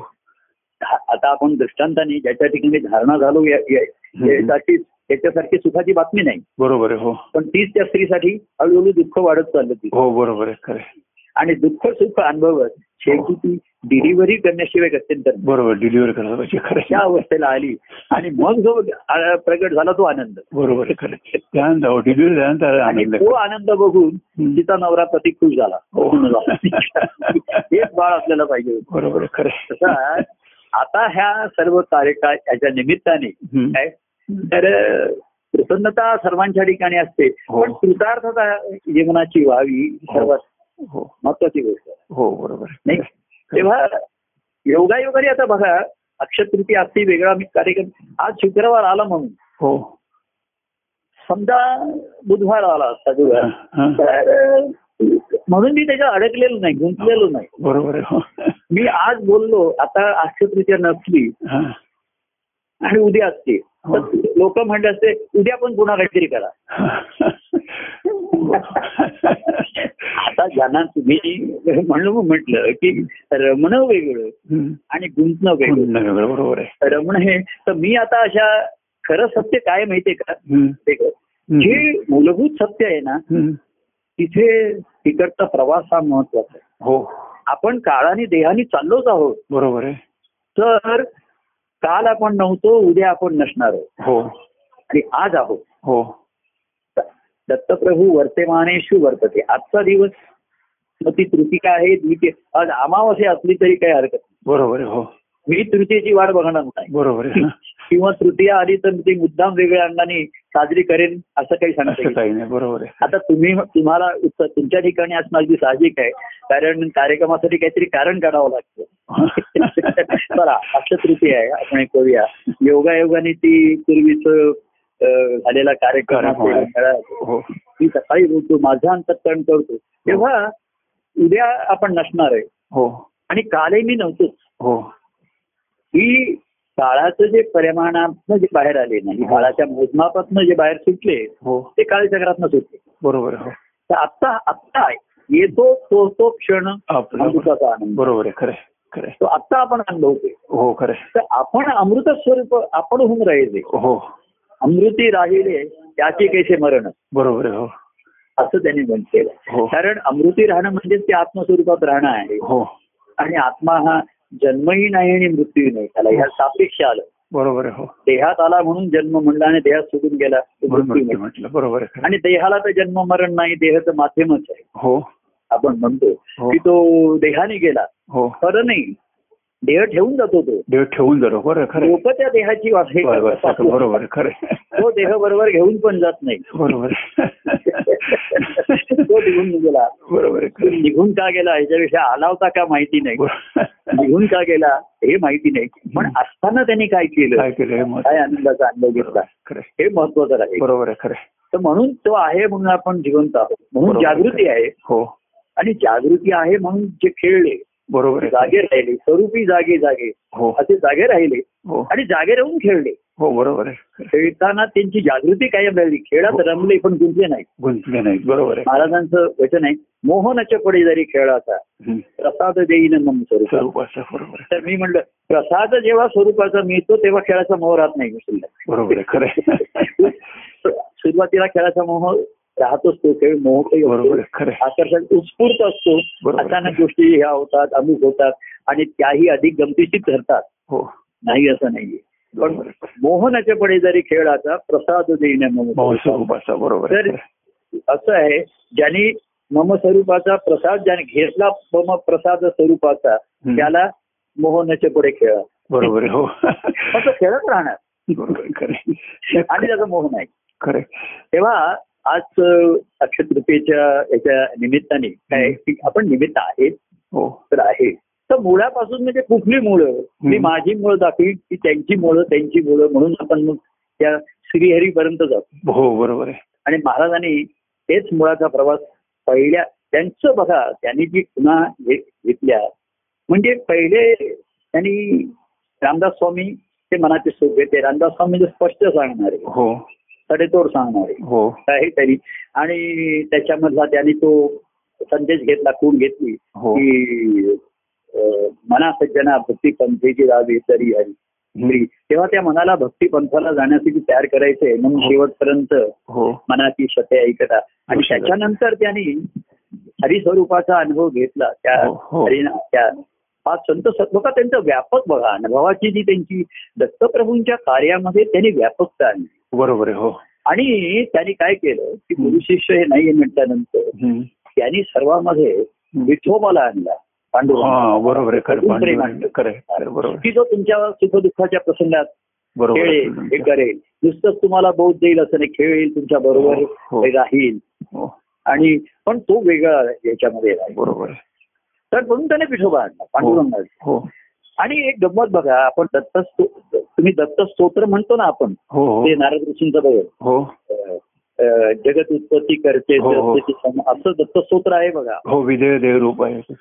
धा- आता आपण दृष्टांताने ज्याच्या ठिकाणी धारणा झालो या- या- यासाठी त्याच्यासारखी सुखाची बातमी नाही
बरोबर आहे हो
पण तीच त्या स्त्रीसाठी हळूहळू दुःख वाढत चाललं ती
हो बरोबर आहे खरं आहे.
आणि दुःख सुख अनुभवत शेवटी
हो.
ती डिलिव्हरी करण्याशिवाय अत्यंत नाही.
बरोबर डिलिव्हरी करायला पाहिजे खरं
त्या
आहे.
अवस्थेला आली आणि मग जो आ- प्रगट झाला तो आनंद
बरोबर आहे खरं आहे. त्यानंतर हो डिलिव्हरी झाल्यानंतर
आणि
आनंद
तो आनंद बघून
हम्म.
तिचा नवरा प्रति खुश झाला
हो.
खुश झाला. हेच बाळ आपल्याला पाहिजे होतं.
बरोबर आहे खरं आहे.
तसा आता ह्या सर्व कार्यका याच्या निमित्ताने
हम्म.
काय तर अ, प्रसन्नता सर्वांच्या ठिकाणी असते
हो.
पण कृतार्थता जीवनाची व्हावी ही सर्वात
हो
महत्वाची गोष्ट आहे.
हो बरोबर आहे.
नाही तेव्हा योगायोगाने आता बघा अक्षय तृतीय असते वेगळा मी कार्यक्रम आज शुक्रवार आला म्हणून
हो
समजा बुधवार आला असता बुधवार
हा.
तर अ, म्हणून मी त्याच्यात अडकलेलो नाही गुंतलेलो नाही
बरोबर आहे हो
मी आज बोललो आता अक्षय तृतीया नसली
हा.
आणि उद्या असते
हो.
लोक म्हणले असते उद्या पण पुन्हा काहीतरी करा आता ज्यांना तुम्ही म्हणून म्हटलं की रमणं वेगळं
हम्म.
आणि गुंतणं वेगळं
नाही, वेगळं बरोबर आहे
रमण हे तर मी आता अशा खरं सत्य काय माहितीये का
हम्म.
वेगळं.
हम्म.
जे मूलभूत सत्य आहे ना
हम्म.
तिथे तिकडचा प्रवास हा महत्वाचा आहे
हो
आपण काळाने देहाने चाललोच आहोत
बरोबर आहे
तर काल आपण नव्हतो उद्या आपण नसणार आहोत
हो
आणि आज आहोत
हो
दत्तप्रभू वर्तेमानेशु वर्तते आजचा दिवस मग ती तृतिका आहे द्वितीय आज अमावस्या असली तरी काही हरकत
बरोबर आहे हो
नाही मी तृतीयेची वाट बघणार नाही
बरोबर आहे हा.
किंवा तृतीया आली तर मी ती मुद्दाम वेगळ्या अंगाने साजरी करेन असं काही सांगता
असं
येईल
काही नाही बरोबर आहे
आता तुम्ही तुम्हाला उत्तर- तुमच्या ठिकाणी असणं अगदी साहजिक आहे कारण कार्यक्रमासाठी काहीतरी कारण काढावं लागतं चला अक्षय तृतीय आहे आपण एक करूया योगायोगाने ती पूर्वीच अं, झालेला कार्यक्रम
कार्यक्रम आहे.
आपल्याला मिळाला.
हो
मी सकाळी बोलतो माझं अंतकरण करतो तेव्हा उद्या आपण नसणार आहे
हो
आणि कालही मी नव्हतो
हो
ही काळाचं जे परिमाणातनं जे बाहेर आले नाही काळाच्या मोजमापातनं जे बाहेर सुटले
हो
ते काळचक्रातनं सुटले
बरोबर आहे हो
तर आत्ता आत्ता येतो तो तो क्षण
आपण-
अमृताचा आनंद
बरोबर आहे खरं आहे, खरं आहे.
तो आत्ता आपण अनुभवतोय
हो खरं आहे.
तर आपण अमृत स्वरूप आपण होऊन राहिले
हो
अमृती राहिले त्याचे कैसे मरण
बरोबर आहे हो
असं त्यांनी म्हटलेलं
हो.
कारण अमृती राहणं म्हणजे ते आत्मस्वरूपात राहणं आहे
हो
आणि आत्मा हा जन्मही नाही आणि मृत्यूही नाही त्याला ह्या सापेक्ष आलं
बरोबर आहे हो
देहात आला म्हणून जन्म म्हणला आणि देहात सोडून गेला तो
बरोबर
मृत्यू
आहे
म्हणला.
म्हटलं बरोबर आहे खरं आहे.
आणि देहाला तर जन्म मरण नाही देहाचं माध्यमच आहे
हो
आपण म्हणतो
हो.
की तो देहाने गेला
हो
खरं नाही देह ठेवून जातो तो
देव ठेवून जातो बरोबर आहे, खरं आहे.
लोक त्या देहाची वास हे
बरोबर
करतात.
आहे, बरोबर आहे, खरं आहे.
तो देह बरोबर घेऊन पण जात नाही
बरोबर आहे.
तो निघून गेला
बरोबर आहे,
तो
खरं आहे.
निघून का गेला याच्याविषयी आला होता का माहिती नाही
बरोबर.
निघून का गेला हे माहिती नाही पण असताना त्यांनी काय केलं
काय केलं हे महत्त्व.
काय आनंदाचा अनुभव घेतला
खरं आहे.
हे महत्वाचं आहे
बरोबर आहे खरं आहे.
तर म्हणून तो आहे म्हणून आपण जिवंत आहोत म्हणून
बरोबर आहे.
जागृती आहे
हो
आणि जागृती आहे म्हणून जे खेळले
बरोबर आहे
जागे राहिले स्वरूपी जागे जागे
हो
असे जागे राहिले
हो
आणि जागे राहून खेळले
हो बरोबर आहे खरं आहे.
खेळताना त्यांची जागृती कायम राहिली खेळात
हो.
रमले पण गुंतले नाही
गुंतले नाही बरोबर आहे
महाराजांचं वचन आहे मोहनाच्या पडे जरी खेळाचा
हं.
प्रसाद देईन मम स्वरूप
स्वरूप असं बरोबर आहे
तर मी म्हणलं प्रसाद जेव्हा स्वरूपाचा मिळतो तेव्हा खेळाचा मोह राहत नाही मी
बरोबर आहे खरं आहे.
सुरुवातीला खेळाचा मोह राहतोच तो खेळ मोह काही
बरोबर आहे खरं आहे.
आकर्षक उत्स्फूर्त असतो
बरोबर.
अचानक गोष्टी ह्या होतात अमुक होतात आणि त्याही अधिक गमतीशीर ठरतात
हो
नाही असं नाहीये पण
बरोबर आहे.
मोहनाच्या पडे जरी खेळाचा प्रसाद देईन मम
भावस्वरूपाचा बरोबर आहे.
तर असं आहे ज्याने मम स्वरूपाचा प्रसाद ज्याने घेतला मम प्रसाद स्वरूपाचा
हम्म.
त्याला मोहनाच्या पुढे खेळा
बरोबर आहे, हो
फक्त खेळत राहणार
बरोबर आहे, खरं आहे.
आणि त्याचं मोह नाही
खरं आहे.
तेव्हा आज अ, अक्षय तृतीयेच्या याच्या निमित्ताने काय की आपण निमित्त आहे
हो
तर आहे तर मुळापासून म्हणजे कुठली मुळं मी माझी मुळं दाखवी की त्यांची मुळं त्यांची मुळं म्हणून आपण मग त्या श्रीहरीपर्यंत जातो
हो बरोबर आहे
आणि महाराजांनी तेच मुळाचा प्रवास पहिल्या त्यांचं बघा त्यांनी जी खुणा घे- घेतल्या म्हणजे पहिले त्यांनी रामदास स्वामी ते मनाचे सुख घेते रामदास स्वामी म्हणजे स्पष्ट सांगणारे
हो
सडेतोड सांगणारे
हो
आहे तरी आणि त्याच्यामधला त्यांनी तो संदेश घेतला कोण घेतली
हो
की अं, मना सज्जना भक्ती पंथेची रावी तरी हरी
हम्म.
तेव्हा त्या मनाला भक्ती पंथाला जाण्यासाठी तयार करायचंय म्हणून शेवटपर्यंत
हो
मनाची शते ऐकता आणि
बरोबर.
त्याच्यानंतर त्यांनी हरिस्वरूपाचा अनुभव घेतला त्या
हो, हो.
हरिना त्या हा संत स- बघा त्यांचा व्यापक बघा अनुभवाची जी त्यांची दत्तप्रभूंच्या कार्यामध्ये त्यांनी व्यापकता आणली
बरोबर आहे हो
आणि त्यांनी काय केलं की
हं.
गुरु शिष्य हे नाही म्हटल्यानंतर
हम्म.
त्यांनी सर्वांमध्ये विठोबाला आणला पांडुरंग
हा बरोबर आहे खरं
खूप प्रेम
पांडुरंग. खरं आहे, खरं आहे, बरोबर आहे.
की जो तुमच्या सुखदुःखाच्या प्रसंगात
बरोबर आहे,
खेळेल हे
पांडुरंग.
करेल नुसतंच तुम्हाला बोध देईल असं नाही खेळेल तुमच्या बरोबर
हो, हो.
राहील
हो
आणि पण तो वेगळा याच्यामध्ये राहील
बरोबर आहे.
तर म्हणून त्याने विठोबा आणला पांडुरंग
हो
आणि एक गंमत बघा आपण दत्त स्तो- तुम्ही दत्त स्तोत्र म्हणतो ना आपण
हो हो
ते नारद ऋषींचं बघा
हो
अं, अं, जगत उत्पत्ती करते
हो, हो.
सृष्टीची सम- असं दत्तस्तोत्र आहे बघा
हो विधेय देवरूप आहे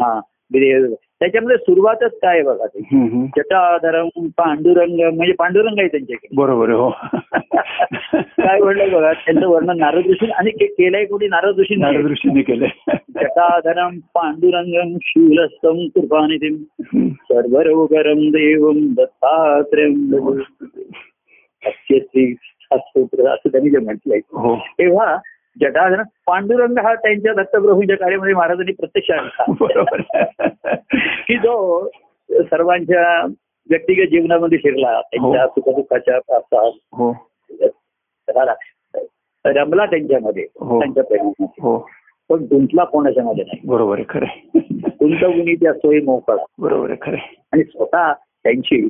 हा विधेय- त्याच्यामध्ये सुरुवातच काय आहे बघा ते
हम्म, हम्म.
जटाधरम पांडुरंग म्हणजे पांडुरंग आहे त्यांच्याकडे
बरोबर आहे हो
काय म्हणलं बघा त्यांचं वर्णन नारद ऋषी आणि के- केलंय कोणी नारद ऋषी
नारद ऋषीने केले
जटाधरम पांडुरंगम शूलस्तम कृपानिधिम सर्वरोगरम देवम दत्तात्रयम अस्य श्री स्तोत्र असं त्यांनी जे म्हटलंय
हो
तेव्हा जटाधर पांडुरंग हा त्यांच्या दत्तप्रभूंच्या कार्यामध्ये महाराजांनी प्रत्यक्ष आणला
बरोबर आहे.
की जो सर्वांच्या व्यक्तिगत जीवनामध्ये शिरला त्यांच्या
हो.
सुखदुःखाच्या पावसात
हो
राहिला. रमला त्यांच्यामध्ये
हो.
त्यांच्या प्रेमामध्ये
हो
पण गुंतला कोणाच्यामध्ये नाही
बरोबर आहे खरं आहे.
गुंतवणी त्या सोयी मोकळा
बरोबर आहे खरं आहे.
आणि स्वतः त्यांची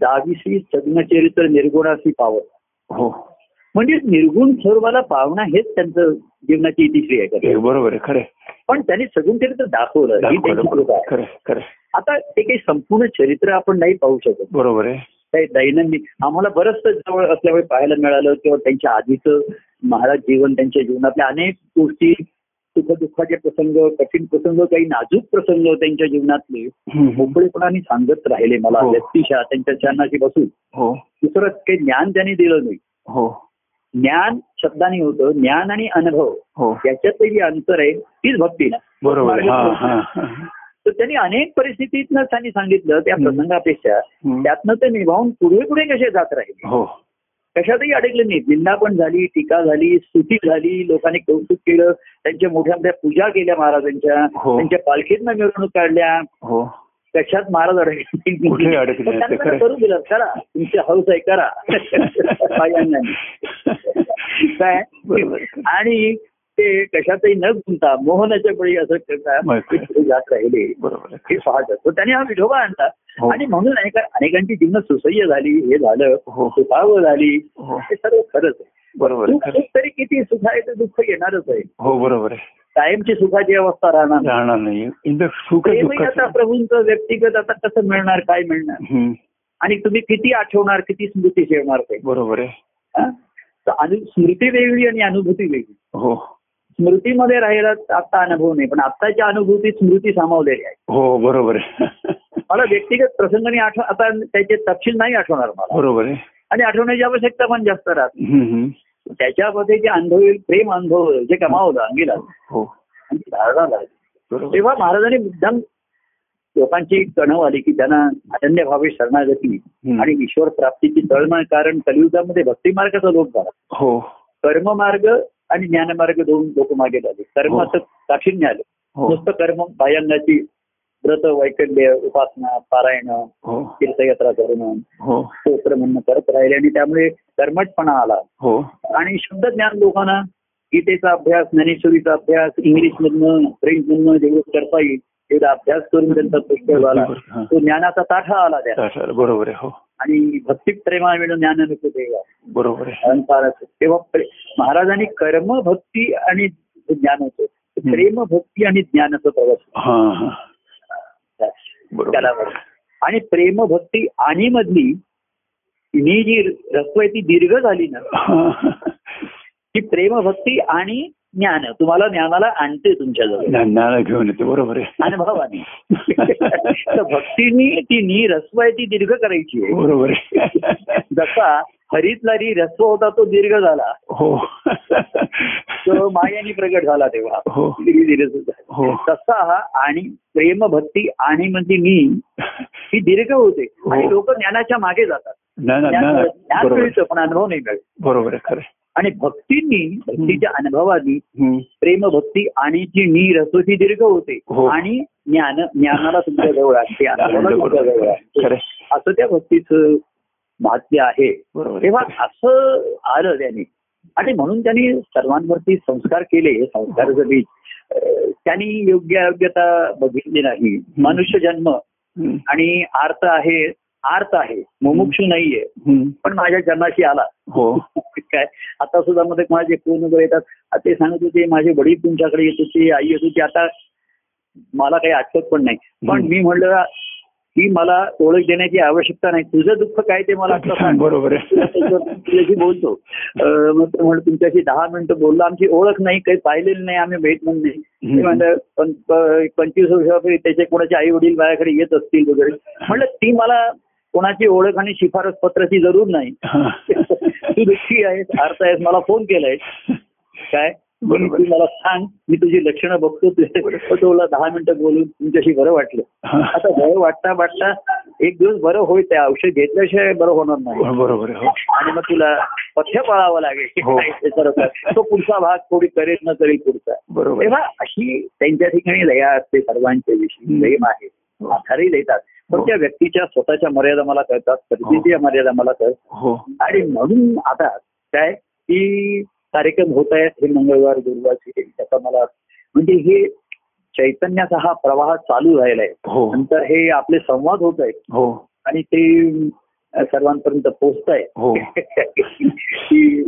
दहावीसी सग्नचरित्र निर्गुणाशी पावत
हो
म्हणजे निर्गुण स्वरूपाला पावणं हेच त्यांचं जीवनाची इतिश्री आहे
हे बरोबर आहे खरं आहे.
पण त्यांनी सगून चरित्र दाखवलं ही त्यांची
दाखवलं
कृपा
बरोबर.
आहे
खरं आहे, खरं आहे.
आता ते काही संपूर्ण चरित्र आपण नाही पाहू शकत
बरोबर आहे
काही दैनंदिन आम्हाला बरंच जवळ असल्यामुळे पाहायला मिळालं किंवा त्यांच्या आधीचं महाराज जीवन त्यांच्या जीवनातल्या अनेक गोष्टी सुखदुःखाचे प्रसंग कठीण प्रसंग काही नाजूक प्रसंग त्यांच्या जीवनातले
हम्म.
मोकळेपणाने सांगत राहिले मला
हो.
व्यक्तिशा त्यांच्या चरणाशी बसून
हो
दुसरं काही ज्ञान त्यांनी दिलं नाही
हो
ज्ञान शब्दाने होतं ज्ञान आणि अनुभव
हो
याच्यात जे अंतर आहे तीच भक्ती ना
बरोबर आहे. हा हा हा.
तर त्यांनी अनेक परिस्थितीतनं त्यांनी सांगितलं त्या
हं.
प्रसंगापेक्षा
हं.
त्यातनं ते निभावून पुढे पुढे कसे जात राहिले
हो
कशातही अडकले नाही निंदा पण झाली टीका झाली स्तुती झाली लोकांनी कौतुक केलं त्यांच्या मोठ्या मोठ्या पूजा केल्या महाराजांच्या
हो.
त्यांच्या पालखीतनं मिरवणूक काढल्या
हो
कशात महाराज अडकले
कुठेही
पण
अडकले नाही,
त्यांना
ते खरं.
करू दिलं करा तुमची हौस आहे करा बाह्यांनी. काय
बरोबर.
आणि ते कशातही न गुंता मोहनाच्या बळी असं करता
मग
ते पुढे जात राहिले
बरोबर आहे.
हे पाहत असतो त्याने हा विठोबा आणला
हो.
आणि म्हणून अनेक- अनेकांची जीवन सुसह्य झाली हे झालं
हो.
सुखावं झाली
हो.
हे सर्व खरंच आहे
बरोबर आहे.
सुख-
खरं.
सुख तरी किती सुख आहे तर दुःख येणारच आहे
हो बरोबर आहे
कायमची सुखाची अवस्था राहणार नाही.
राहणार नाही एकदा सुख
प्रेमही आता
दुःख
प्रभूंचं व्यक्तिगत आता कसं मिळणार काय मिळणार आणि तुम्ही किती आठवणार किती स्मृती ठेवणार ते
बरोबर आहे
हा? तर अनु- स्मृती वेगळी आणि अनुभूती वेगळी
हो
स्मृतीमध्ये राहिला आता अनुभव नाही पण आताच्या अनुभूती स्मृती सामावलेली आहे
हो बरोबर आहे
मला व्यक्तिगत प्रसंगाने आठव आता त्याचे तपशील नाही आठवणार मला
बरोबर आहे
आणि आठवण्याची आवश्यकता पण जास्त राहत
हम्म, हम्म.
नाही. त्याच्यामध्ये जे अनुभवेल प्रेम अनुभव जे कमावलं अंगीला
हो
आणि धारणाला
बरोबर
तेव्हा महाराजांनी मुद्दाम लोकांची कणव आली की त्यांना अनन्य भावे शरणागती
हम्म.
आणि ईश्वर प्राप्तीची तळमळ कारण कलियुगामध्ये भक्ती मार्गाचा लोक झाला
हो
कर्ममार्ग आणि ज्ञानमार्ग दोन लोक मागे लागले कर्माचं काठीण्य आलं
हो
नुसतं कर्म बाह्यांगाची व्रत वैकल्य उपासना पारायण
हो
तीर्थयात्रा करणं
हो
स्तोत्र म्हणणं करत राहिले आणि त्यामुळे कर्मटपणा आला
हो
आणि शुद्ध ज्ञान लोकांना गीतेचा अभ्यास ज्ञानेश्वरीचा अभ्यास इंग्लिश मधनं फ्रेंच मधनं जेवढं करता येईल तेवढा अभ्यास करून त्यांचा पुष्कळ झाला
हा.
तो ज्ञानाचा ताठा आला त्या
चालेल. बरोबर आहे हो
आणि भक्ती प्रेमाविण ज्ञान नको देवा
बरोबर आहे
अलंकार असो. तेव्हा प्रे- महाराजांनी कर्म भक्ती आणि ज्ञान होतो प्रेम भक्ती आणि ज्ञानाचा प्रवास
हा हा
होता.
बरोबर
त्याला म्हणतात. आणि प्रेम भक्ती आणि मधली ही जी रस्व आहे ती दीर्घ झाली ना
हा.
की प्रेम भक्ती आणि ज्ञान तुम्हाला ज्ञानाला आणते तुमच्याजवळ
ज्ञानाला घेऊन येते बरोबर आहे
अनुभवाने तर भक्तीनी ती नी रस्व आहे ती दीर्घ करायची आहे
बरोबर आहे
जसा हरीतला री रस्व होता तो दीर्घ झाला
हो
तो मायाने प्रगट झाला तेव्हा
हो
धीरे धीरे सुद्धा.
हो
तसा आणि प्रेम भक्ती आणि म्हणजे मी ही दीर्घ होते आणि
हो.
लोक ज्ञानाच्या मागे जातात
ना ना
ज्ञान
ना
मिळत- ज्ञान
बरोबर आहे.
मिळतं पण अनुभव नाही मिळत
बरोबर आहे खरं आहे.
आणि भक्तींनी भक्तीच्या अनुभवानी
हम्म.
प्रेम भक्ती आणि जी नी रसोची दीर्घ होते
हो.
आणि ज्ञान ज्ञानाला तुमच्या जवळ आणते अनुभवाला
बरोबर
तुमच्या जवळ
आहे. खरं
आणते.
आहे.
असं त्या भक्तीचं महत्त्य आहे
बरोबर
तेव्हा
आहे.
असं आलं त्याने आणि म्हणून त्यांनी सर्वांवरती संस्कार केले हे संस्कार
हो.
बीज अं, त्यांनी योग्य अयोग्यता बघितली नाही मनुष्य जन्म
हम्म.
आणि आर्त आहे आर्त आहे मुमुक्षू नाहीये
हम्म.
पण माझ्या जन्माशी आला
हो
काय आता सुद्धा मध्ये माझे फोन वगैरे येतात आ, ते सांगत होते माझे वडील तुमच्याकडे येत होते आई येत होती आता मला काही आठवत पण नाही पण
हम्म.
मी म्हणलं की मला ओळख देण्याची आवश्यकता नाही तुझं दुःख काय ते मला आता सांग
बरोबर आहे
तुझ्याशी बोलतो अं, मग ते म्हणलं तुमच्याशी दहा मिनिटं बोललो आमची ओळख नाही काही पाहिलेली नाही आम्ही भेट म्हणून नाही ते म्हणलं, पण- प- पंचवीस वर्षापूर्वी त्याचे कोणाचे आई वडील माझ्याकडे येत असतील वगैरे म्हणलं ती मला कोणाची ओळख आणि शिफारस पत्राची जरूर नाही
हा.
तू दुःखी आहेस अर्थ आहेस मला फोन केलाय काय मी
बरोबर.
तू मला सांग मी तुझी लक्षणं बघतो तुझ्या तुला दहा मिनिटं बोलून तुमच्याशी बरं वाटलं
हा.
आता बरं वाटता वाटता एक दिवस बरं होईल ते औषध घेतल्याशिवाय बरं होणार नाही
बरोबर आहे हो
आणि मग तुला पथ्य पाळावं लागेल की
हो.
काय ते सर्व काय. तो पुढचा भाग कोणी करेल न करेल पुढचा
बरोबर आहे.
तेव्हा अशी त्यांच्या ठिकाणी दया असते सर्वांच्या विषयी
हम्म.
प्रेम आहे आधारही देतात पण
हो.
त्या व्यक्तीच्या स्वतःच्या मर्यादा मला कळतात परिस्थितीच्या मर्यादा मला कळतात
हो
आणि म्हणून आता काय की कार्यक्रम होत आहेत हे मंगळवार गुरुवारचे त्याचा मला म्हणजे हे चैतन्याचा हा प्रवाह चालू राहिला आहे
हो
नंतर हे आपले संवाद होत आहेत
हो
आणि ते अं, सर्वांपर्यंत पोहोचत
हो.
आहेत की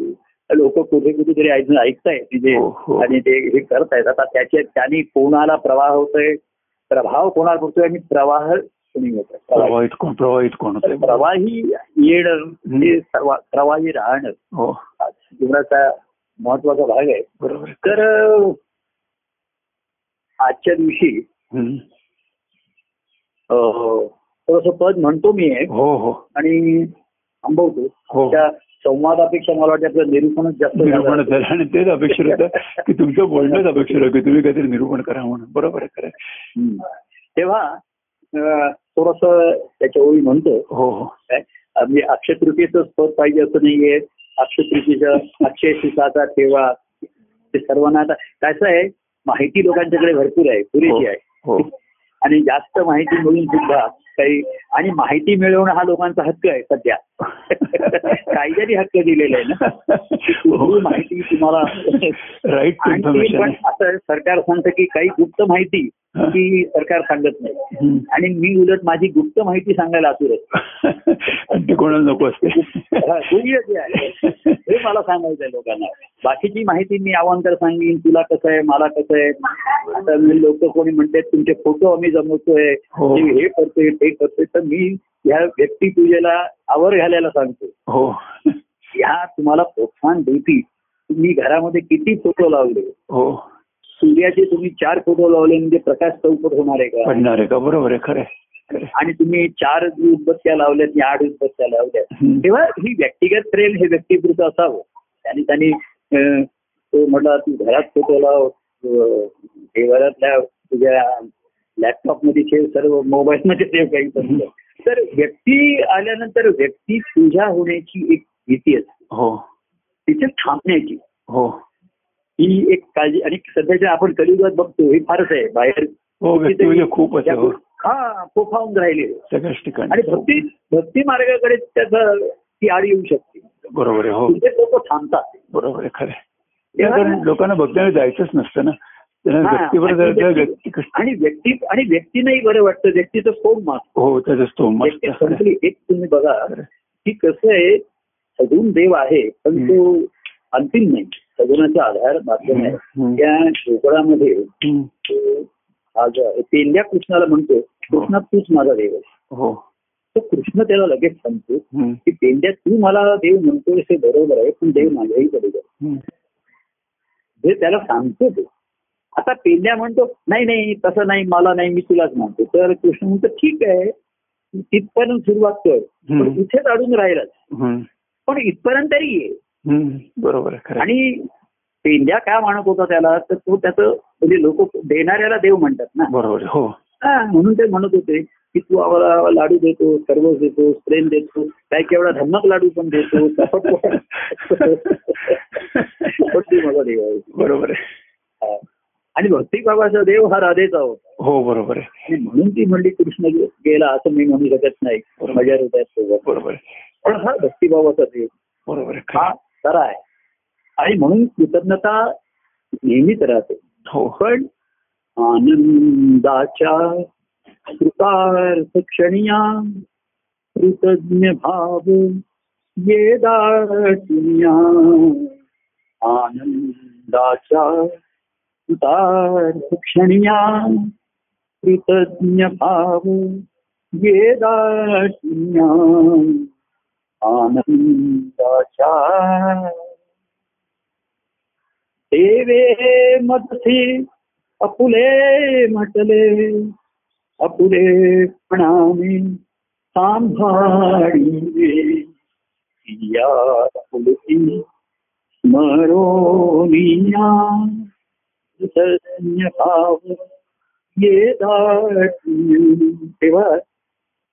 लोक कुठे कुठे तरी ऐकून ऐकतायत तिथे
हो, हो.
आणि ते हे करतायत आता त्याच्या त्याने कोणाला प्रवाह होतोय प्रभाव कोणाला पडतोय आणि प्रवाह कोणी होतोय
हो.
प्रवाह.
प्रवाहित कोण प्रवाहित
तर
कोण होते
म्हणजे प्रवाही येणं हे सर्वा प्रवाही राहणं
हो
हा जीवनाचा महत्वाचा भाग आहे
बरोबर आहे.
तर अं, आजच्या दिवशी
हम्म.
थोडस पद म्हणतो मी आहे
हो हो
आणि थांबवतो
हो
त्या संवादापेक्षा मला वाटतं आपलं निरूपणच जास्त झालं.
निरूपण झालं आणि तेच अपेक्षित होतं की तुमचं बोलणंच अपेक्षित होतं की तुम्ही काहीतरी निरूपण करा म्हणून बरोबर आहे खरं आहे.
हम्म. तेव्हा थोडस त्याच्या ओळी म्हणतो
हो हो
काय अं, म्हणजे अक्षय तृतीयेच पद पाहिजे असं नाहीये अक्षय तृतीयेच्या अक्षय शिकाचा ठेवा ते सर्वांना आता कसं आहे माहिती लोकांच्याकडे भरपूर आहे पुरेशी आहे
हो
आणि जास्त माहिती मिळून सुद्धा काही आणि माहिती मिळवणं हा लोकांचा हक्क आहे सध्या कायद्याने हक्क दिलेला आहे ना
हो.
कुठली माहिती तुम्हाला
राईट टू
आणि ते पण
इन्फॉर्मेशन
असं आहे, सरकार सांगतं की काही गुप्त माहिती की सरकार सांगत नाही आणि मी उलट माझी गुप्त माहिती सांगायला आतुर आहे
आणि ते कोणाला नको
हा,
असते
दुर्य जे आहे हे मला सांगायचं आहे लोकांना बाकीची माहिती मी आवांतर सांगेन तुला कसं आहे मला कसं आहे आता लोक कोणी म्हणतात तुमचे फोटो आम्ही जमवतोय
हो.
ते हे करतोय ते करतोय तर मी ह्या व्यक्ती पूजेला आवर घालायला सांगतो
हो
ह्या तुम्हाला प्रोत्साहन देती तुम्ही घरामध्ये किती फोटो लावले
हो
सूर्याचे तुम्ही चार फोटो लावले म्हणजे प्रकाश चौपट होणार आहे का
पडणार आहे का बरोबर आहे खरं आहे, खरं आहे.
आणि तुम्ही चार उदबत्त्या लावल्यात आणि आठ उदबत्त्या लावल्यात
हम्म.
तेव्हा ही व्यक्तिगत प्रेम हे व्यक्तीपुरतं असावं आणि त्यांनी अं, तो म्हटला तू घरात फोटो लाव अं, देवारातल्या तुझ्या लॅपटॉप मध्ये ठेव सर्व मोबाईल मध्ये ठेव काही पण ठेव. तर व्यक्ती आल्यानंतर व्यक्ती पूजा होण्याची एक भीती असते
हो
तिथे थांबण्याची
हो
ही एक काळजी आणि सध्याच्या आपण कलियुगात बघतो हे फारच आहे बाहेर
हो व्यक्ती म्हणजे खूप असे हो
हा फोफावून राहिले
सगळ्याच
आणि
ठिकाणी
भक्ती भक्ती मार्गाकडे त्याचा ती आड येऊ शकते
बरोबर आहे हो
तुमचे लोक थांबतात
बरोबर आहे खरं आहे. या कारण लोकांना भक्तीने जायचंच नसतं ना त्यांना
हा,
व्यक्तीवर
आणि
जायचं
व्यक्ती-
व्यक्ती कशी-
आणि व्यक्ती आणि व्यक्तीनंही बरं वाटतं व्यक्तीचं फोन माग
हो त्याचा तो मस्त
व्यक्ती संपली एक तुम्ही बघा
खरं.
की कसं आहे सगुण देव आहे पण
हम्म.
तो अंतिम नाही सगुणाचा आधार माध्यम
हम्म.
आहे त्या गोकुळामध्ये
हम्म.
तो हा जो आहे, पेंड्या कृष्णाला म्हणतो कृष्णा तूच माझा देव आहे
हो
तो कृष्ण त्याला लगेच सांगतो
हम्म.
की पेंड्या तू मला देव म्हणतोय हे बरोबर आहे पण देव माझ्याही बरोबर आहे.
हम्म.
हे त्याला सांगतो तो आता पेंड्या म्हणतो नाही नाही तसं नाही मला नाही मी तुलाच म्हणतो तर कृष्ण म्हणतो ठीक आहे तू तिथपर्यंत सुरुवात कर पण
हम्म.
तिथेच अडून राहिलाच
हम्म.
पण इथपर्यंत तरी ये
हम्म. बरोबर आहे खरं आहे.
आणि पेंड्या काय म्हणत होता त्याला तर तो त्याचं म्हणजे लोक देणाऱ्याला देव म्हणतात ना
बरोबर आहे. हो
हा, म्हणून ते म्हणत होते की तू आम्हाला लाडू देतो सर्व देतो प्रेम देतो काही केवढा धमक लाडू पण देतो सफट पण. पण तू माझा देव आहे
बरोबर आहे
हा. आणि भक्ती बाबाचा देव हा राधेचा होता
हो बरोबर आहे
आणि म्हणून ती म्हणली कृष्ण गे- गेला असं मी म्हणू शकत नाही
बरोबर.
माझ्या हृदयात सोबत
बरोबर आहे
पण हा भक्ती बाबाचा देव
बरोबर आहे खरं
हा
आहे.
खरा आहे आणि म्हणून कृतज्ञता नेहमीच राहते
हो
पण आनंदाच्या कृतार्थ क्षणिया कृतज्ञ भाव ये दाटुनिया आनंदाच्या कृतार्थ क्षणिया कृतज्ञ भाव ये दाटुनिया आनंदाच्या देवे मदसी अपुले म्हटले अपुले प्रणामी सांभाळी या अपुलती स्मरोनिया धन्य भाव ये दाटी. तेव्हा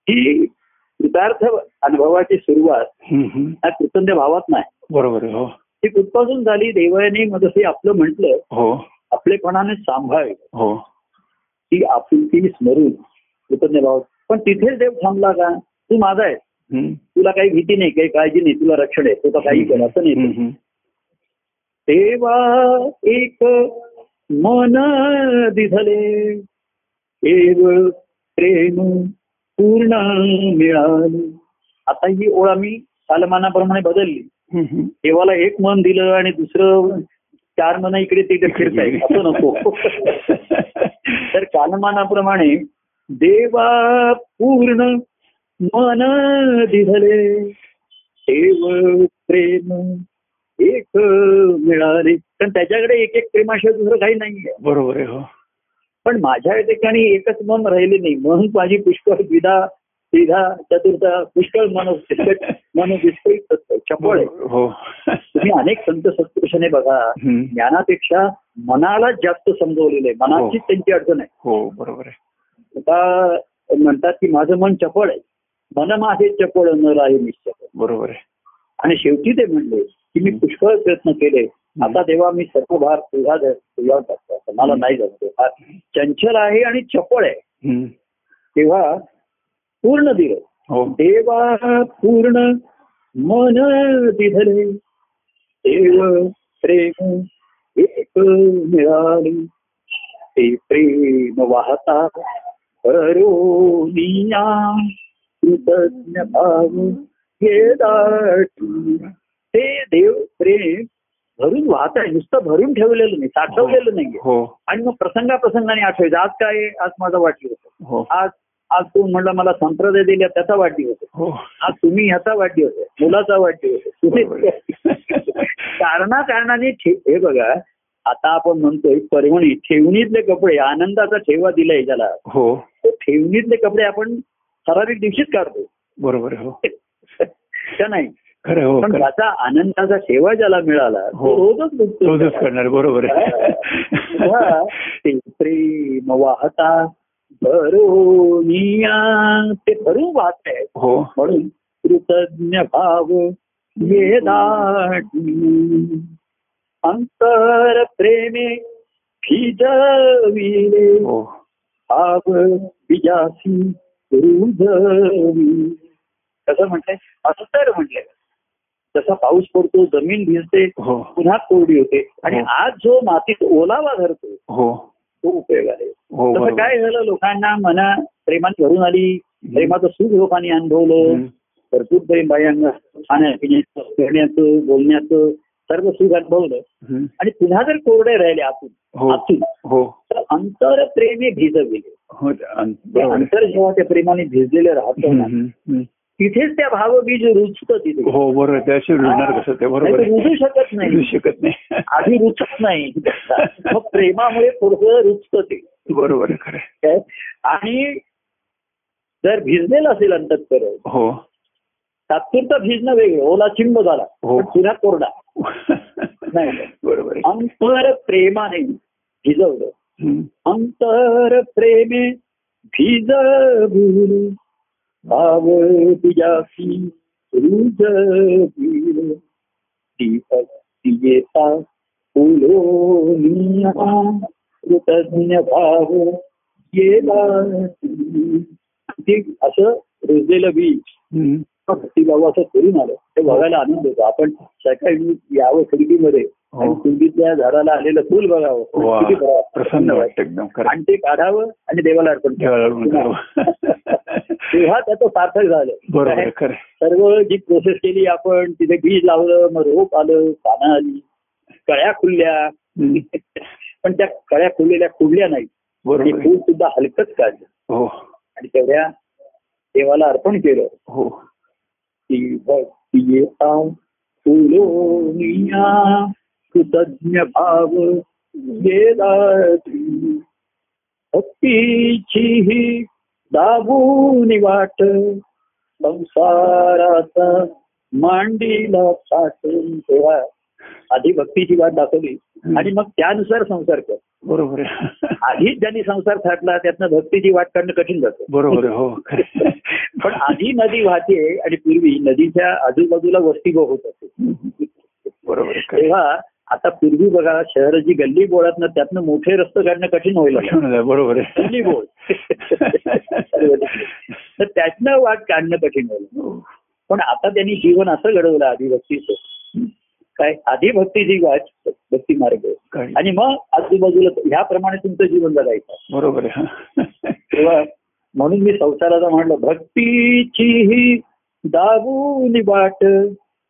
ही कृतार्थ अनुभवाची सुरुवात
हम्म, हम्म.
हा कृतज्ञ भावात नाही
बरोबर आहे हो
ती कुठपासून झाली देवाने मदसी आपलं म्हटलं
हो
आपलेपणाने सांभाळ
हो
ती आपुलकी स्मरून कृतज्ञ भाव पण तिथेच देव थांबला का तू माझा आहे
हम्म.
तुला काही भीती नाही काही काळजी नाही तुला रक्षण आहे तुला काही कर असं नाही
हम्म, हम्म.
तेव्हा एक मन दिसले केवळ प्रेम पूर्ण मिळाले आता ही ओळ आम्ही कालमानाप्रमाणे बदलली
हम्म, हम्म.
देवाला एक मन दिलं आणि दुसरं चार मन इकडे तिकडे फिरताय असं नको तर कालमानाप्रमाणे देवा पूर्ण मन दिधले देव प्रेम एक मिळाले कारण त्याच्याकडे एक एक प्रेमाशिवाय दुसरं काही नाहीये
बरोबर आहे हो
पण माझ्या ठिकाणी एकच मन राहिले नाही म्हणून माझी पुष्कळ द्विधा द्विधा चतुर्धा पुष्कळ मन बिस्कट मन बिस्कट चपळ आहे
बरोबर, हो
तुम्ही अनेक संत सत्पुरुषाने बघा
हम्म.
ज्ञानापेक्षा मनाला जास्त समजवलेलं आहे मनाचीच
हो.
त्यांची अडचण आहे
हो बरोबर आहे
आता म्हणतात की माझं मन चपळ आहे मन माझे चपळ न राही निश्चपळ
बरोबर आहे
आणि शेवटी ते म्हणले की मी पुष्कळ प्रयत्न केले आता तेव्हा मी सर्व भार तुझा ध- तुझ्यावर टाकतो आता मला नाही जमतो हा चंचल आहे आणि चपळ आहे
हम्म.
तेव्हा पूर्ण दिलं
हो
देवा पूर्ण मन दिधले देव प्रेम एक मिळाले ते प्रेम वाहता करोनिया कृतज्ञ भाव हे दाटी. ते देव प्रेम भरून वाहत आहे नुसतं भरून ठेवलेलं नाही साठवलेलं नाहीये
हो
आणि मग प्रसंगा प्रसंगाने आठवायचं आज काय आहे? आज माझा वाटली होतं
हो
आज आज तू म्हणलं मला संप्रदाय दिल्या त्याचा वाढदिवस आहे
हो
आज तुम्ही ह्याचा वाढदिवस आहे मुलाचा वाढदिवस आहे
बरोबर
तुम्ही
आहे.
कारणा कारणाने हे बघा आता आपण म्हणतोय परभणी ठेवणीतले कपडे आनंदाचा ठेवा दिलाय ज्याला
हो
तो ठेवणीतले कपडे आपण ठराविक दिवशीच काढतो
बरोबर आहे हो
का नाही
खरं आहे, हो
पण
खरं आहे.
त्याचा आनंदाचा ठेवा ज्याला मिळाला तो
हो.
रोजच बघतो
रोजच करणार बरोबर
तेव्हा
आहे
ते प्रेम वाहता भरोनिया ते भरून वाहत आहे
हो
म्हणून कृतज्ञ भाव ये दाटी अंतर प्रेमे खिजविले
हो
भाव बिजासी रुजवी कसं म्हटलंय असं तर म्हटलंय जसा पाऊस पडतो जमीन भिजते
हो
पुन्हा कोरडी होते आणि
हो.
आज जो मातीत ओलावा धरतो
हो
तो उपयोग आहे
हो
तसं
बरोबर.
काय झालं लोकांना मना प्रेमात भरून आली प्रेमाचं सुख लोकांनी अनुभवलं
हम्म.
भरपूर प्रेम बाह्यांग खाण्यापिण्याचं फिरण्याचं बोलण्याचं सर्व सुख अनुभवलं
हम्म.
आणि पुन्हा जर कोरडे राहिले आतून
हो
आतून
हो
तर अंतर प्रेमे भिजविले
हो अं-
ते
बरोबर.
अंतर जेव्हा त्या प्रेमाने भिजलेलं राहतं
हम्म,
ना
हम्म, हम्म.
तिथेच त्या भावबीज रुजतं तिथे
हो बरोबर त्याशी रुजणार कसं ते बरोबर
नाही तर
आहे.
रुजू शकत
रुजू
नाही
शकत नाही
आधी रुचत नाही मग प्रेमामुळे थोडस रुचतं ते
बरोबर आहे खरं आहे.
काय? आणि जर भिजलेलं असेल अंतःकर
हो
तात्पुरता भिजणं वेगळं ओला चिंब झाला
हो.
पण पुन्हा कोरडा नाही.
बरोबर आहे.
अंतर प्रेमाने भिजवलं
हम्म.
अंतर प्रेमे भिजविले भाव तुझ्यासी रुजविले दीपक दियेता फुलोनिया कृतज्ञ भाव येला ते असं रुजलेलं बीज
हम्म.
भक्ती भाव असं फिरून आलं
हो.
ते बघायला आनंद होतो आपण सकाळी यावं खिडकीमध्ये
हो.
आणि कुंडीतल्या झाडाला आलेलं फुल बघावं
वा
किती बरं वाटतं.
प्रसन्न वाटतं एकदम खरं हो.
आणि ते काढावं आणि देवाला अर्पण करावं.
देवाला अर्पण करावं.
तेव्हा त्याचं सार्थक झालं
बरोबर आहे
काय?
खरं आहे.
सर्व जी प्रोसेस केली आपण तिथे बीज लावलं मग रोप आलं पानं आली कळ्या खुलल्या
हम्म.
पण त्या कळ्या खुललेल्या खुलल्या नाही ते
बरोबर आहे.
फूल सुद्धा हलकत काढलं
हो
आणि तेवढ्या देवाला अर्पण केलं
हो
ती भक्ती फुलोनिया कृतज्ञ भाव गेला भक्तीची ही दाबून वाट संसाराचा मांडीला साठून तेव्हा आधी भक्तीची वाट दाखवली आणि मग त्यानुसार संसार कर
बरोबर आहे
आधीच ज्यांनी संसार थाटला त्यातनं भक्तीची वाट काढणं कठीण जातं
बरोबर आहे हो खरं आहे.
पण आधी नदी वाहते आणि पूर्वी नदीच्या आजूबाजूला वस्ती होत असते
बरोबर आहे खरं आहे.
तेव्हा आता पूर्वी बघा शहर जी गल्ली बोळात त्यातनं मोठे रस्ते काढणं कठीण होईल
लक्षण आहे, बरोबर आहे
गल्ली बोळ तर त्यातनं वाट काढणं कठीण होईल
हो.
पण आता त्यांनी जीवन असं घडवलं आधी भक्तीचं काय आधी भक्तीची वाट भक्ती मार्ग
काय?
आणि मग आजूबाजूला ह्याप्रमाणे तुमचं जीवन जगायचं
बरोबर आहे हा.
तेव्हा म्हणून मी संसाराला म्हणलं भक्तीची ही दाबून वाट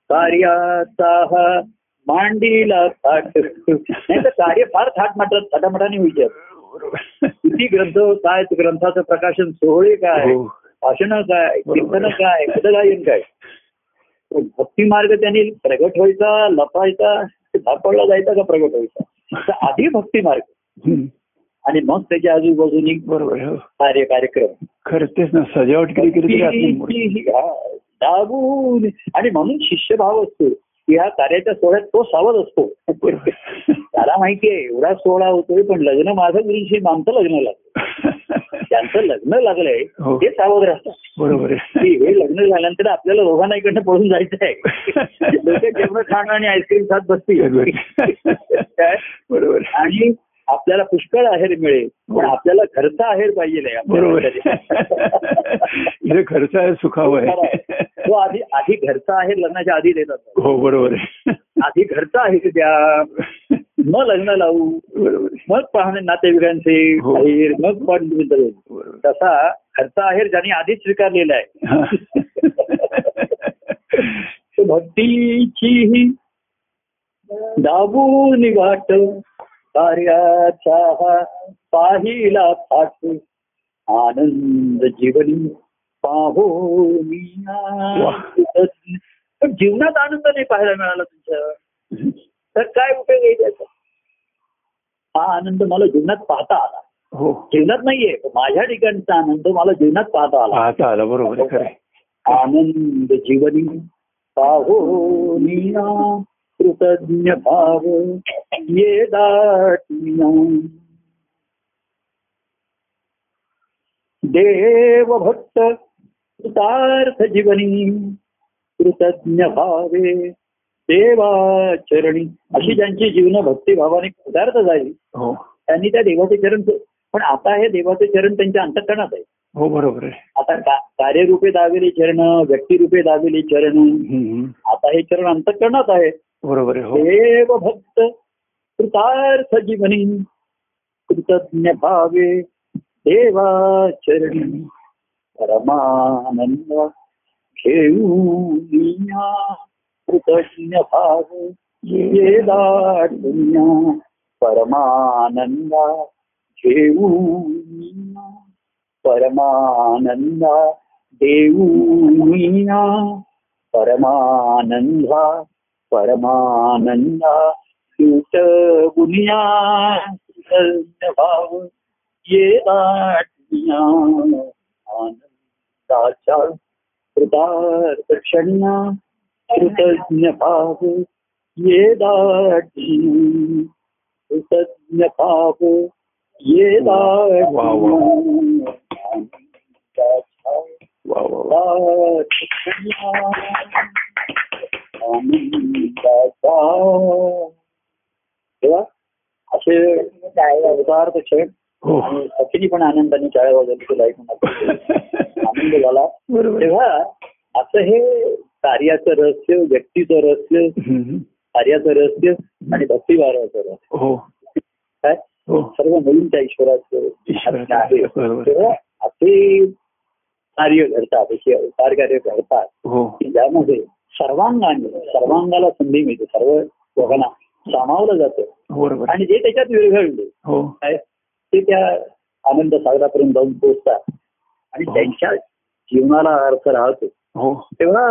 कार्याचा हा मांडीला थाट नाही तर कार्य फार थाट माटत थाटामाटाने विचार
बरोबर.
किती ग्रंथ काय ग्रंथाचं प्रकाशन सोहळे काय
हो.
भाषण काय
बरोबर.
कीर्तन काय पदगायन काय पण भक्ती मार्ग त्यांनी प्रगट व्हायचा लपायचा धापडला जायचा का प्रगट व्हायचा तर आधी भक्ती मार्ग
हम्म.
आणि मग त्याच्या आजूबाजूनी
बरोबर आहे, हो
कार्य कार्यक्रम
खरं तेच ना सजावट केली केली तरी आत्मनिर्भर.
भक्ती ही- हा, दाबून आणि म्हणून शिष्यभाव असतो की ह्या कार्याच्या सोहळ्यात तो सावध असतो
बरोबर.
त्याला माहितीये एवढा सोहळा होतोय पण लग्न माझं गुरुशी मानचं लग्न लागलं त्यांचं लग्न लागलंय
हो.
ते सावध राहतात
बरोबर आहे
की हे लग्न झाल्यानंतर आपल्याला दोघांना इकडनं पळून जायचं आहे लोक जेवण खाणं आणि आईस्क्रीम खात बसतील काय?
बरोबर
आणि आपल्याला पुष्कळ आहेर मिळेल पण
हो.
आपल्याला घरचा आहेर पाहिजे
बरोबर इथे खर्च आहे सुखावं आहे
तो आधी आधी घरचा आहेर लग्नाच्या आधी देतात
हो बरोबर आहे
आधी घरचा आहेर द्या मग लग्न लावू
बरोबर आहे.
मग पाहणे नातेवाईकांचे
हो.
आहेर मग पण मित्र.
बरोबर
तसा घरचा आहेर ज्यांनी आधीच स्वीकारलेला आहे
हा.
तो भक्तीची ही दाबून वाट कार्याचा हा पाहिला फाट आनंद जीवनी पाहो
वाह.
पण जीवनात आनंद नाही पाहायला मिळाला तुमच्या तर काय उपयोग आहे त्याचा हा आनंद मला जीवनात पाहता आला
हो
जीवनात नाहीये पण माझ्या ठिकाणचा आनंद मला जीवनात पाहता आला
पाहता आला बरोबर आहे खरं आहे.
आनंद जीवनी पाहो नीना कृतज्ञ भाव ये दाटिना देव भक्त कृतार्थ जीवनी कृतज्ञ भावे सेवा चरणी अशी ज्यांची जीवन भक्तिभावाने पदार्थ झाली
हो
त्यांनी त्या देवाचे चरण पण आता हे देवाचे चरण त्यांच्या अंतकरणात आहे
हो बरोबर आहे
आता का- कार्यरूपे दावेले चरण व्यक्तिरूपे दावेले चरण
हम्म, हम्म.
आता हे चरण अंतकरणात आहे
बरोबर आहे हो
देव भक्त कृतार्थ जीवनी कृतज्ञ भावे देवा चरणी परमानंद घेऊनिया कृतज्ञ भावे ये दाटुनिया परमानंदा घेऊनिया परमानंदा देऊनिया परमानंदा परमानंदा सूट गुनिया कृतज्ञ भाव ये आटनिया आनंदाचा कृतार्थ क्षण्या कृतज्ञ भाव ये दाटी कृतज्ञ भाव ये
वा, वा.
दाटी
वा वा वा
आनंदाचा तेव्हा असे उदाहरणार्थ क्षण
हो
आणि सचिनी पण आनंदाने चाळ्या वाजवली तुला ऐकून आनंद झाला
बरोबर आहे.
तेव्हा असं हे कार्याचं रहस्य व्यक्तीचं रहस्य
हम्म, हम्म.
कार्याचं रहस्य आणि भक्तिभावाचं रहस्य
हो
काय
हो
सर्व मिळून त्या ईश्वराचं
ईश्वराचं
आज्ञा अच्छा, आहे
बरोबर.
तेव्हा असे कार्य घडतात असे अवतार कार्य घडतात
हो
की ज्यामध्ये सर्वांगाने सर्वांगाला संधी मिळते सर्व लोकांना सामावलं जातं
बरोबर आहे.
आणि जे त्याच्यात विरघळले
हो
काय ते त्या आनंद सागरापर्यंत जाऊन पोहोचतात आणि
हो.
त्यांच्या जीवनाला अर्थ राहतो
हो
तेव्हा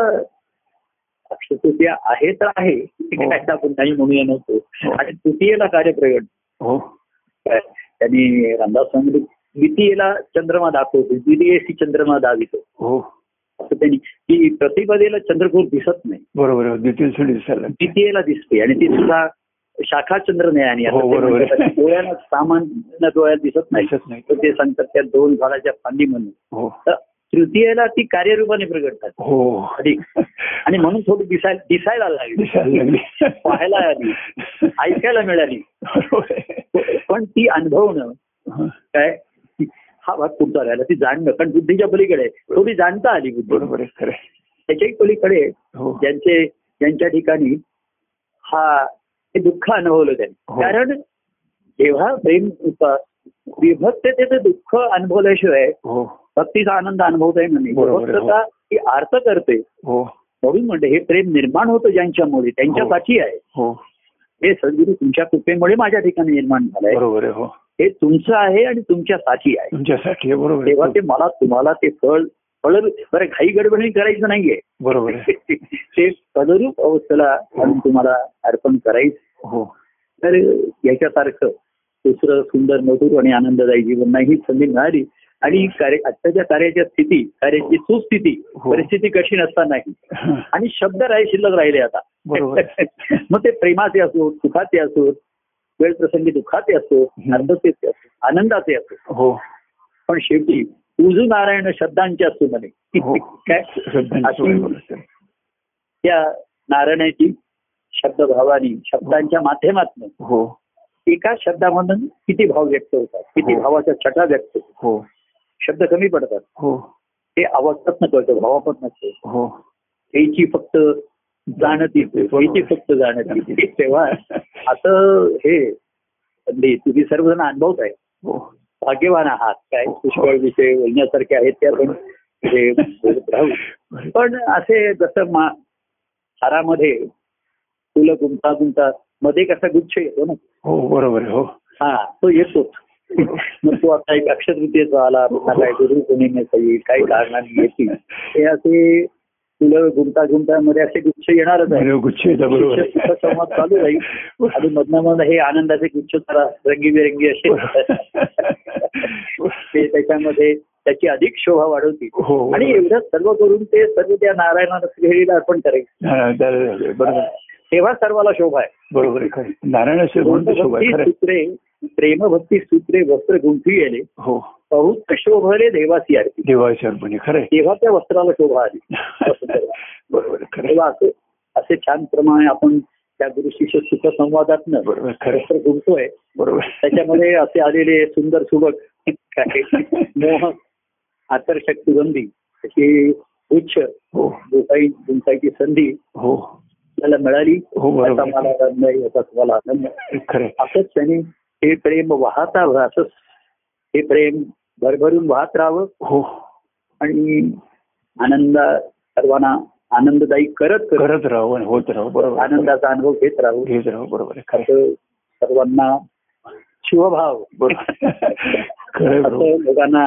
अक्षतृतीया आहे तर आहे ते
हो.
काय आपण काही म्हणूया नसतो
हो.
आणि तृतीयेला कार्यप्रगट
हो
काय? त्यांनी रामदास स्वामी द्वितीयेला चंद्रमा दाखवतो द्वितीयेशी चंद्रमा दावितो
हो
असं त्यांनी की प्रतिपदेला चंद्रपूर दिसत नाही
बरोबर आहे द्वितीय सण दिसायला लागते.
द्वितीयेला दिसते आणि ती सुद्धा शाखाचंद्र न्यायाने
हो, बरोबर.
डोळ्यानं सामान डोळ्यात दिसत नाही
दिसत नाही
तर ते सांगतात त्या दोन झाडाच्या फांदी म्हणून
हो
तर तृतीयेला ती कार्यरूपाने प्रगटतात
हो
अधिक आणि म्हणून थोडी दिसायला दिसायला लागली
दिसायला लागली
पाहायला आली ऐकायला मिळाली
बरोबर आहे.
पण ती अनुभवणं
हं,
काय हा भाग पुढचा राहिला ती जाणणं कारण बुद्धीच्या पलीकडे आहे. थोडी जाणता आली बुद्धी
बरोबर आहे खरं आहे.
त्याच्याही पलीकडे
हो
ज्यांचे ज्यांच्या ठिकाणी हा हे दुःख अनुभवलं त्यांनी
हो.
कारण जेव्हा प्रेम विभक्ततेचं दुःख अनुभवल्याशिवाय
हो
भक्तीचा आनंद अनुभवता येणार नाही
बरोबर आहे, हो.
विभक्तता ही आर्त करते
हो
म्हणून म्हणते हे प्रेम निर्माण होतं ज्यांच्यामुळे त्यांच्यासाठी आहे
हो
हे सद्गुरू तुमच्या कृपेमुळे माझ्या ठिकाणी निर्माण झालंय
बरोबर आहे हो
हे तुमचं आहे आणि तुमच्यासाठी आहे
तुमच्यासाठी आहे, बरोबर
तेव्हा
आहे
ते मला तुम्हाला ते फळ फळ बरं घाई गडबडी करायचं नाहीये
बरोबर आहे
ते सदरूप अवस्थेला आणून तुम्हाला अर्पण करायचं
हो
तर याच्यासारखं दुसरं सुंदर मधुर आणि आनंददायी जीवन नाही ही संधी मिळाली आणि कार्य आत्ताच्या कार्याच्या स्थिती कार्याची सुस्थिती
हो.
परिस्थिती कशी नसतानाही
हं,
आणि शब्द राही शिल्लक राहिले आता
बरोबर आहे.
मग ते प्रेमाचे असो सुखाचे असो वेळ प्रसंगी दुःखाचे असो
हम्म.
आनंदाचे असो आनंदाचे असो
हो
पण शेवटी उजू नारायण शब्दांचे असो म्हणे
हो
काय
श्रद्धांची
अशी-
बरोबर आहे.
त्या नारायणाची शब्दभावानी शब्दांच्या माध्यमातून
हो
एका शब्दामधून किती भाव व्यक्त होतात किती
हो.
भावाच्या छटा व्यक्त होतात
हो
शब्द कमी पडतात
हो
ते आवाजातनं कळतं भावापासून नसतं
हो
त्याची फक्त जाणती त्याची फक्त जाणती तेव्हा असं हे संधी तुम्ही सर्वजण अनुभवत आहे
हो
भाग्यवान आहात काय पुष्कळ विषय बोलण्यासारखे आहेत ते आपण हे बोलत राहू
बरोबर.
पण असे जसं मा हारामध्ये फुलं गुंता गुंता मध्ये कसा गुच्छ येतो ना
हो बरोबर आहे हो
हा तो येतोच मग तो आता एक अक्षतृतीयेचा आला आता काय गुरु पौर्णिमेचा येईल काही कारणाने येतील हे असे फुलं गुंता गुंतामध्ये असे गुच्छ येणारच आहे
बरोबर, गुच्छ येतं, बरोबर आहे.
शिष्य संवाद चालू राहील आणि मधनं मधनं हे आनंदाचे गुच्छ जरा रंगीबेरंगी असे ते त्याच्यामध्ये त्याची अधिक शोभा वाढवतील
हो, बरोबर.
आणि एवढं सर्व करून ते सर्व त्या नारायणाला श्रीहरीला अर्पण करायचं
नारायण- नारायण- बरोबर
तेव्हा सर्वाला शोभा आहे
बरोबर आहे खरं आहे. नारायण असे म्हणतो शोभा आहे, खरं आहे.
सूत्रे प्रेमभक्ती सूत्रे वस्त्र गुंफी गेले
हो
बहुत शोभले देवासी आरती
देवाच्या अर्पणी खरं आहे.
तेव्हा त्या वस्त्राला शोभा आली
बरोबर आहे, खरं आहे.
तेव्हा असं असं असे छान प्रमाणे आपण त्या गुरु शिष्य सुख संवादातनं
बरोबर खरं
खरं बोलतोय
बरोबर
त्याच्यामध्ये असे आलेले सुंदर सुबक काही मोहक आकर्षक सुगंधी अशी उच्च
हो
गोसाई गुंतायची संधी
हो
आपल्याला मिळाली
हो
आता
बरोबर
मला आनंद आहे, याचा तुम्हाला आनंद आहे.
खरं
असंच त्यांनी हे प्रेम वाहता असंच हे प्रेम भरभरून वाहत राहावं
हो
आणि आनंद सर्वांना आनंददायी करत करत
करत राहू आणि होत राहू बरोबर
आनंदाचा अनुभव घेत राहू
घेत राहू बरोबर आहे खरं
असं सर्वांना शिवभाव
बरोबर खरं आहे, बरोबर
असं लोकांना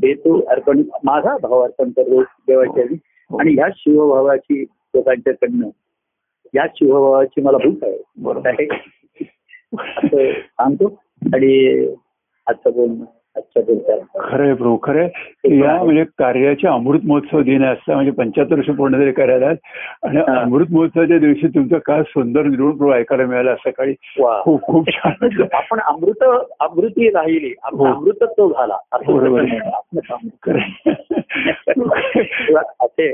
देतो अर्पण माझा भाव अर्पण करतो देवाच्या आधी.
हो.
आणि ह्या शिवभावाची लोकांच्याकडनं या शिवभावाची मला भूक आहे
बरोबर
आहे. असं सांगतो आणि आजचं बोलणं आजच्या बोलता
खरं आहे प्रभू खरं आहे. या म्हणजे कार्याच्या अमृत महोत्सव दिन आहे. असं म्हणजे पंच्याहत्तर वर्ष पूर्ण झाले कार्याला आणि
हा.
अमृत महोत्सवाच्या दिवशी तुमचं काय सुंदर निरूपण प्रभू ऐकायला मिळालं आज सकाळी
वा
खूप खूप छान वाटलं.
हो. आपण अमृत अमृती राहिली आपण
हो.
अमृतत्व झाला असं
बरोबर.
म्हणणं आहे. आपलं काम.
खरं आहे.
किंवा असे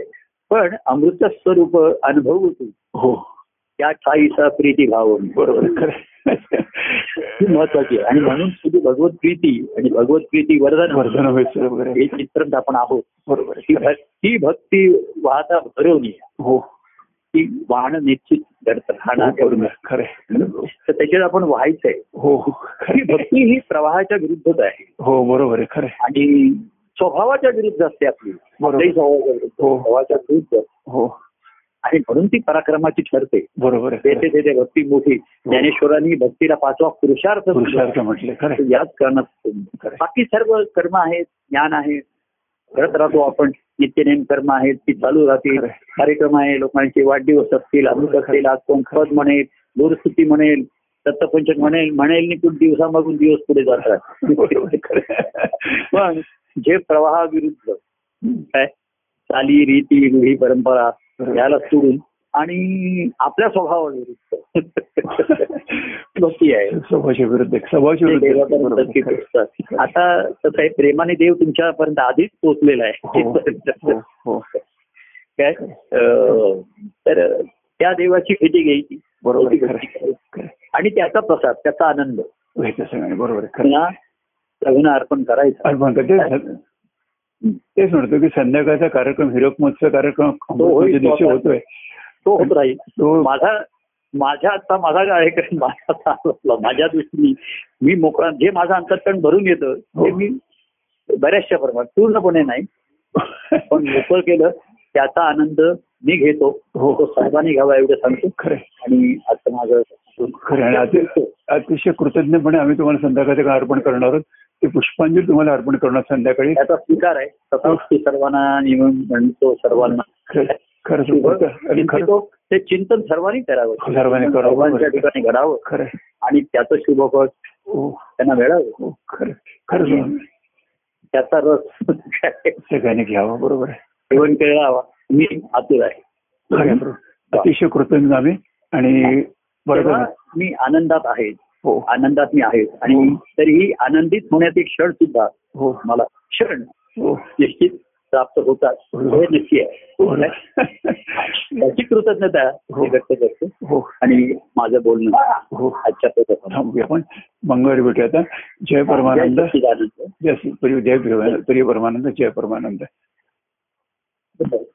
पण अमृत स्वरूप अनुभव तू
हो
त्या ठाईचा प्रीती भाव
बरोबर खरं आहे.
ही महत्वाची आहे आणि म्हणून तुझी भगवत प्रीती आणि भगवत प्रीती वरदान
वर्धन व्हायचं वगैरे
हे चित्रंत आपण आहोत
बरोबर आहे.
ही
खरं आहे.
भक्ती भक्ती वाहता भरवणी
हो
ती वाहन निश्चित घडत राहणार
बरोबर आहे. खरं आहे.
तर त्याच्यात आपण व्हायचंय
हो
ही
खरं आहे.
भक्ती ही प्रवाहाच्या विरुद्धच आहे
हो बरोबर आहे खरं आहे.
आणि स्वभावाच्या विरुद्ध असते आपली
बरोबर.
आपल्याही स्वभावाच्या विरुद्ध
हो.
स्वभावाच्या विरुद्ध
हो
आणि म्हणून ती पराक्रमाची ठरते
बरोबर आहे खरं
तेथे
आहे.
तेथे भक्ती मोठी ज्ञानेश्वरांनी भक्तीला पाचवा पुरुषार्थ
पुरुषार्थ म्हटले खरं आहे.
याच कारणात
खरं.
बाकी सर्व कर्म आहेत ज्ञान आहे करत राहतो आपण नित्यनेम कर्म आहेत ती चालू राहतील
खरं आहे.
कार्यक्रम आहे लोकांचे वाढदिवस असतील अमृत असतील आज कोण खत म्हणेल गुरुस्तुती म्हणेल दत्तपंचक म्हणेल म्हणेल निकून दिवसामागून दिवस पुढे
बरोबर आहे
जातात
खरं आहे.
पण जे प्रवाहाविरुद्ध काय चाली रीती रूढी परंपरा याला सोडून आणि आपल्या स्वभावाविरुद्ध भक्ती आहे
स्वभावाच्या विरुद्ध स्वभावाच्या
ते
विरुद्ध
देवापर्यंत
बरोबर आहे.
नक्की पोहोचतात आता तसं आहे प्रेमाने देव तुमच्यापर्यंत आधीच पोहोचलेला आहे
हो, हो, हो.
काय अं, तर त्या देवाची भेटी घ्यायची
बरोबर आहे,
त्याची भेटी
खरं आहे.
घ्यायची.
खरं आहे.
आणि त्याचा प्रसाद त्याचा आनंद
व्हायचं सगळ्यांनी बरोबर आहे, खरं आहे.
पुन्हा प्रभूंना अर्पण करायचा
आणि म्हणतो ते- तेच म्हणतो की संध्याकाळचा कार्यक्रम हिरक महोत्सव कार्यक्रम
तो होईल,
अमृतच्या दिवशी
तो
होतोय
तो होत राहील
तो
माझा माझ्या आता माझा कार्यक्रम माझा आता आटोपला. माझ्या दृष्टीने मी मोकळा जे माझं अंतर्कण भरून येतं ते
हो.
मी बऱ्याचशा प्रमाणात पूर्णपणे नाही पण मोकळ केलं त्याचा आनंद मी घेतो
हो.
तो सर्वांनी घ्यावा एवढं सांगतो
खरं आहे.
आणि आता माझं
खरं आहे. आणि अति- अतिशय कृतज्ञपणे आम्ही तुम्हाला संध्याकाळचं काय अर्पण करणार आहोत ते पुष्पांजली तुम्हाला अर्पण करणार संध्याकाळी
त्याचा स्वीकार आहे तसाच ती सर्वांना निवडून म्हणतो सर्वांना
खरं खरं सांगतो. आणि खरं हो,
चिंतितो, ते चिंतन सर्वांनी करावं
सर्वांनी करावं.
सर्वांच्या ठिकाणी घडावं
खरं आहे.
आणि त्याचं शुभफळ
हो
त्यांना मिळावं
हो खरं खरं सांगतो.
त्याचा रस
सगळ्यांनी घ्यावा बरोबर आहे
सेवन केळावा मी आतुर आहे
खरं आहे, बरोबर. अतिशय कृतज्ञ आम्ही आणि बरोबर
तेव्हा मी आनंदात आहे
हो
आनंदात मी आहे आणि
हो.
तरीही आनंदित होण्याचे क्षण सुद्धा
हो
मला क्षण
हो
निश्चित प्राप्त होतात
हो.
हे नक्की
हो
आहे त्याची कृतज्ञता मी व्यक्त करतो
हो
आणि माझं बोलणं
हो
आजच्या प्रसंगात.
थांबूया आपण मंगळवारी भेटूया आता जय परमानंद
जय सच्चिदानंद.
जय श्री- प्रिय जय प्रिय प्रिय परमानंद जय परमानंद
बरं.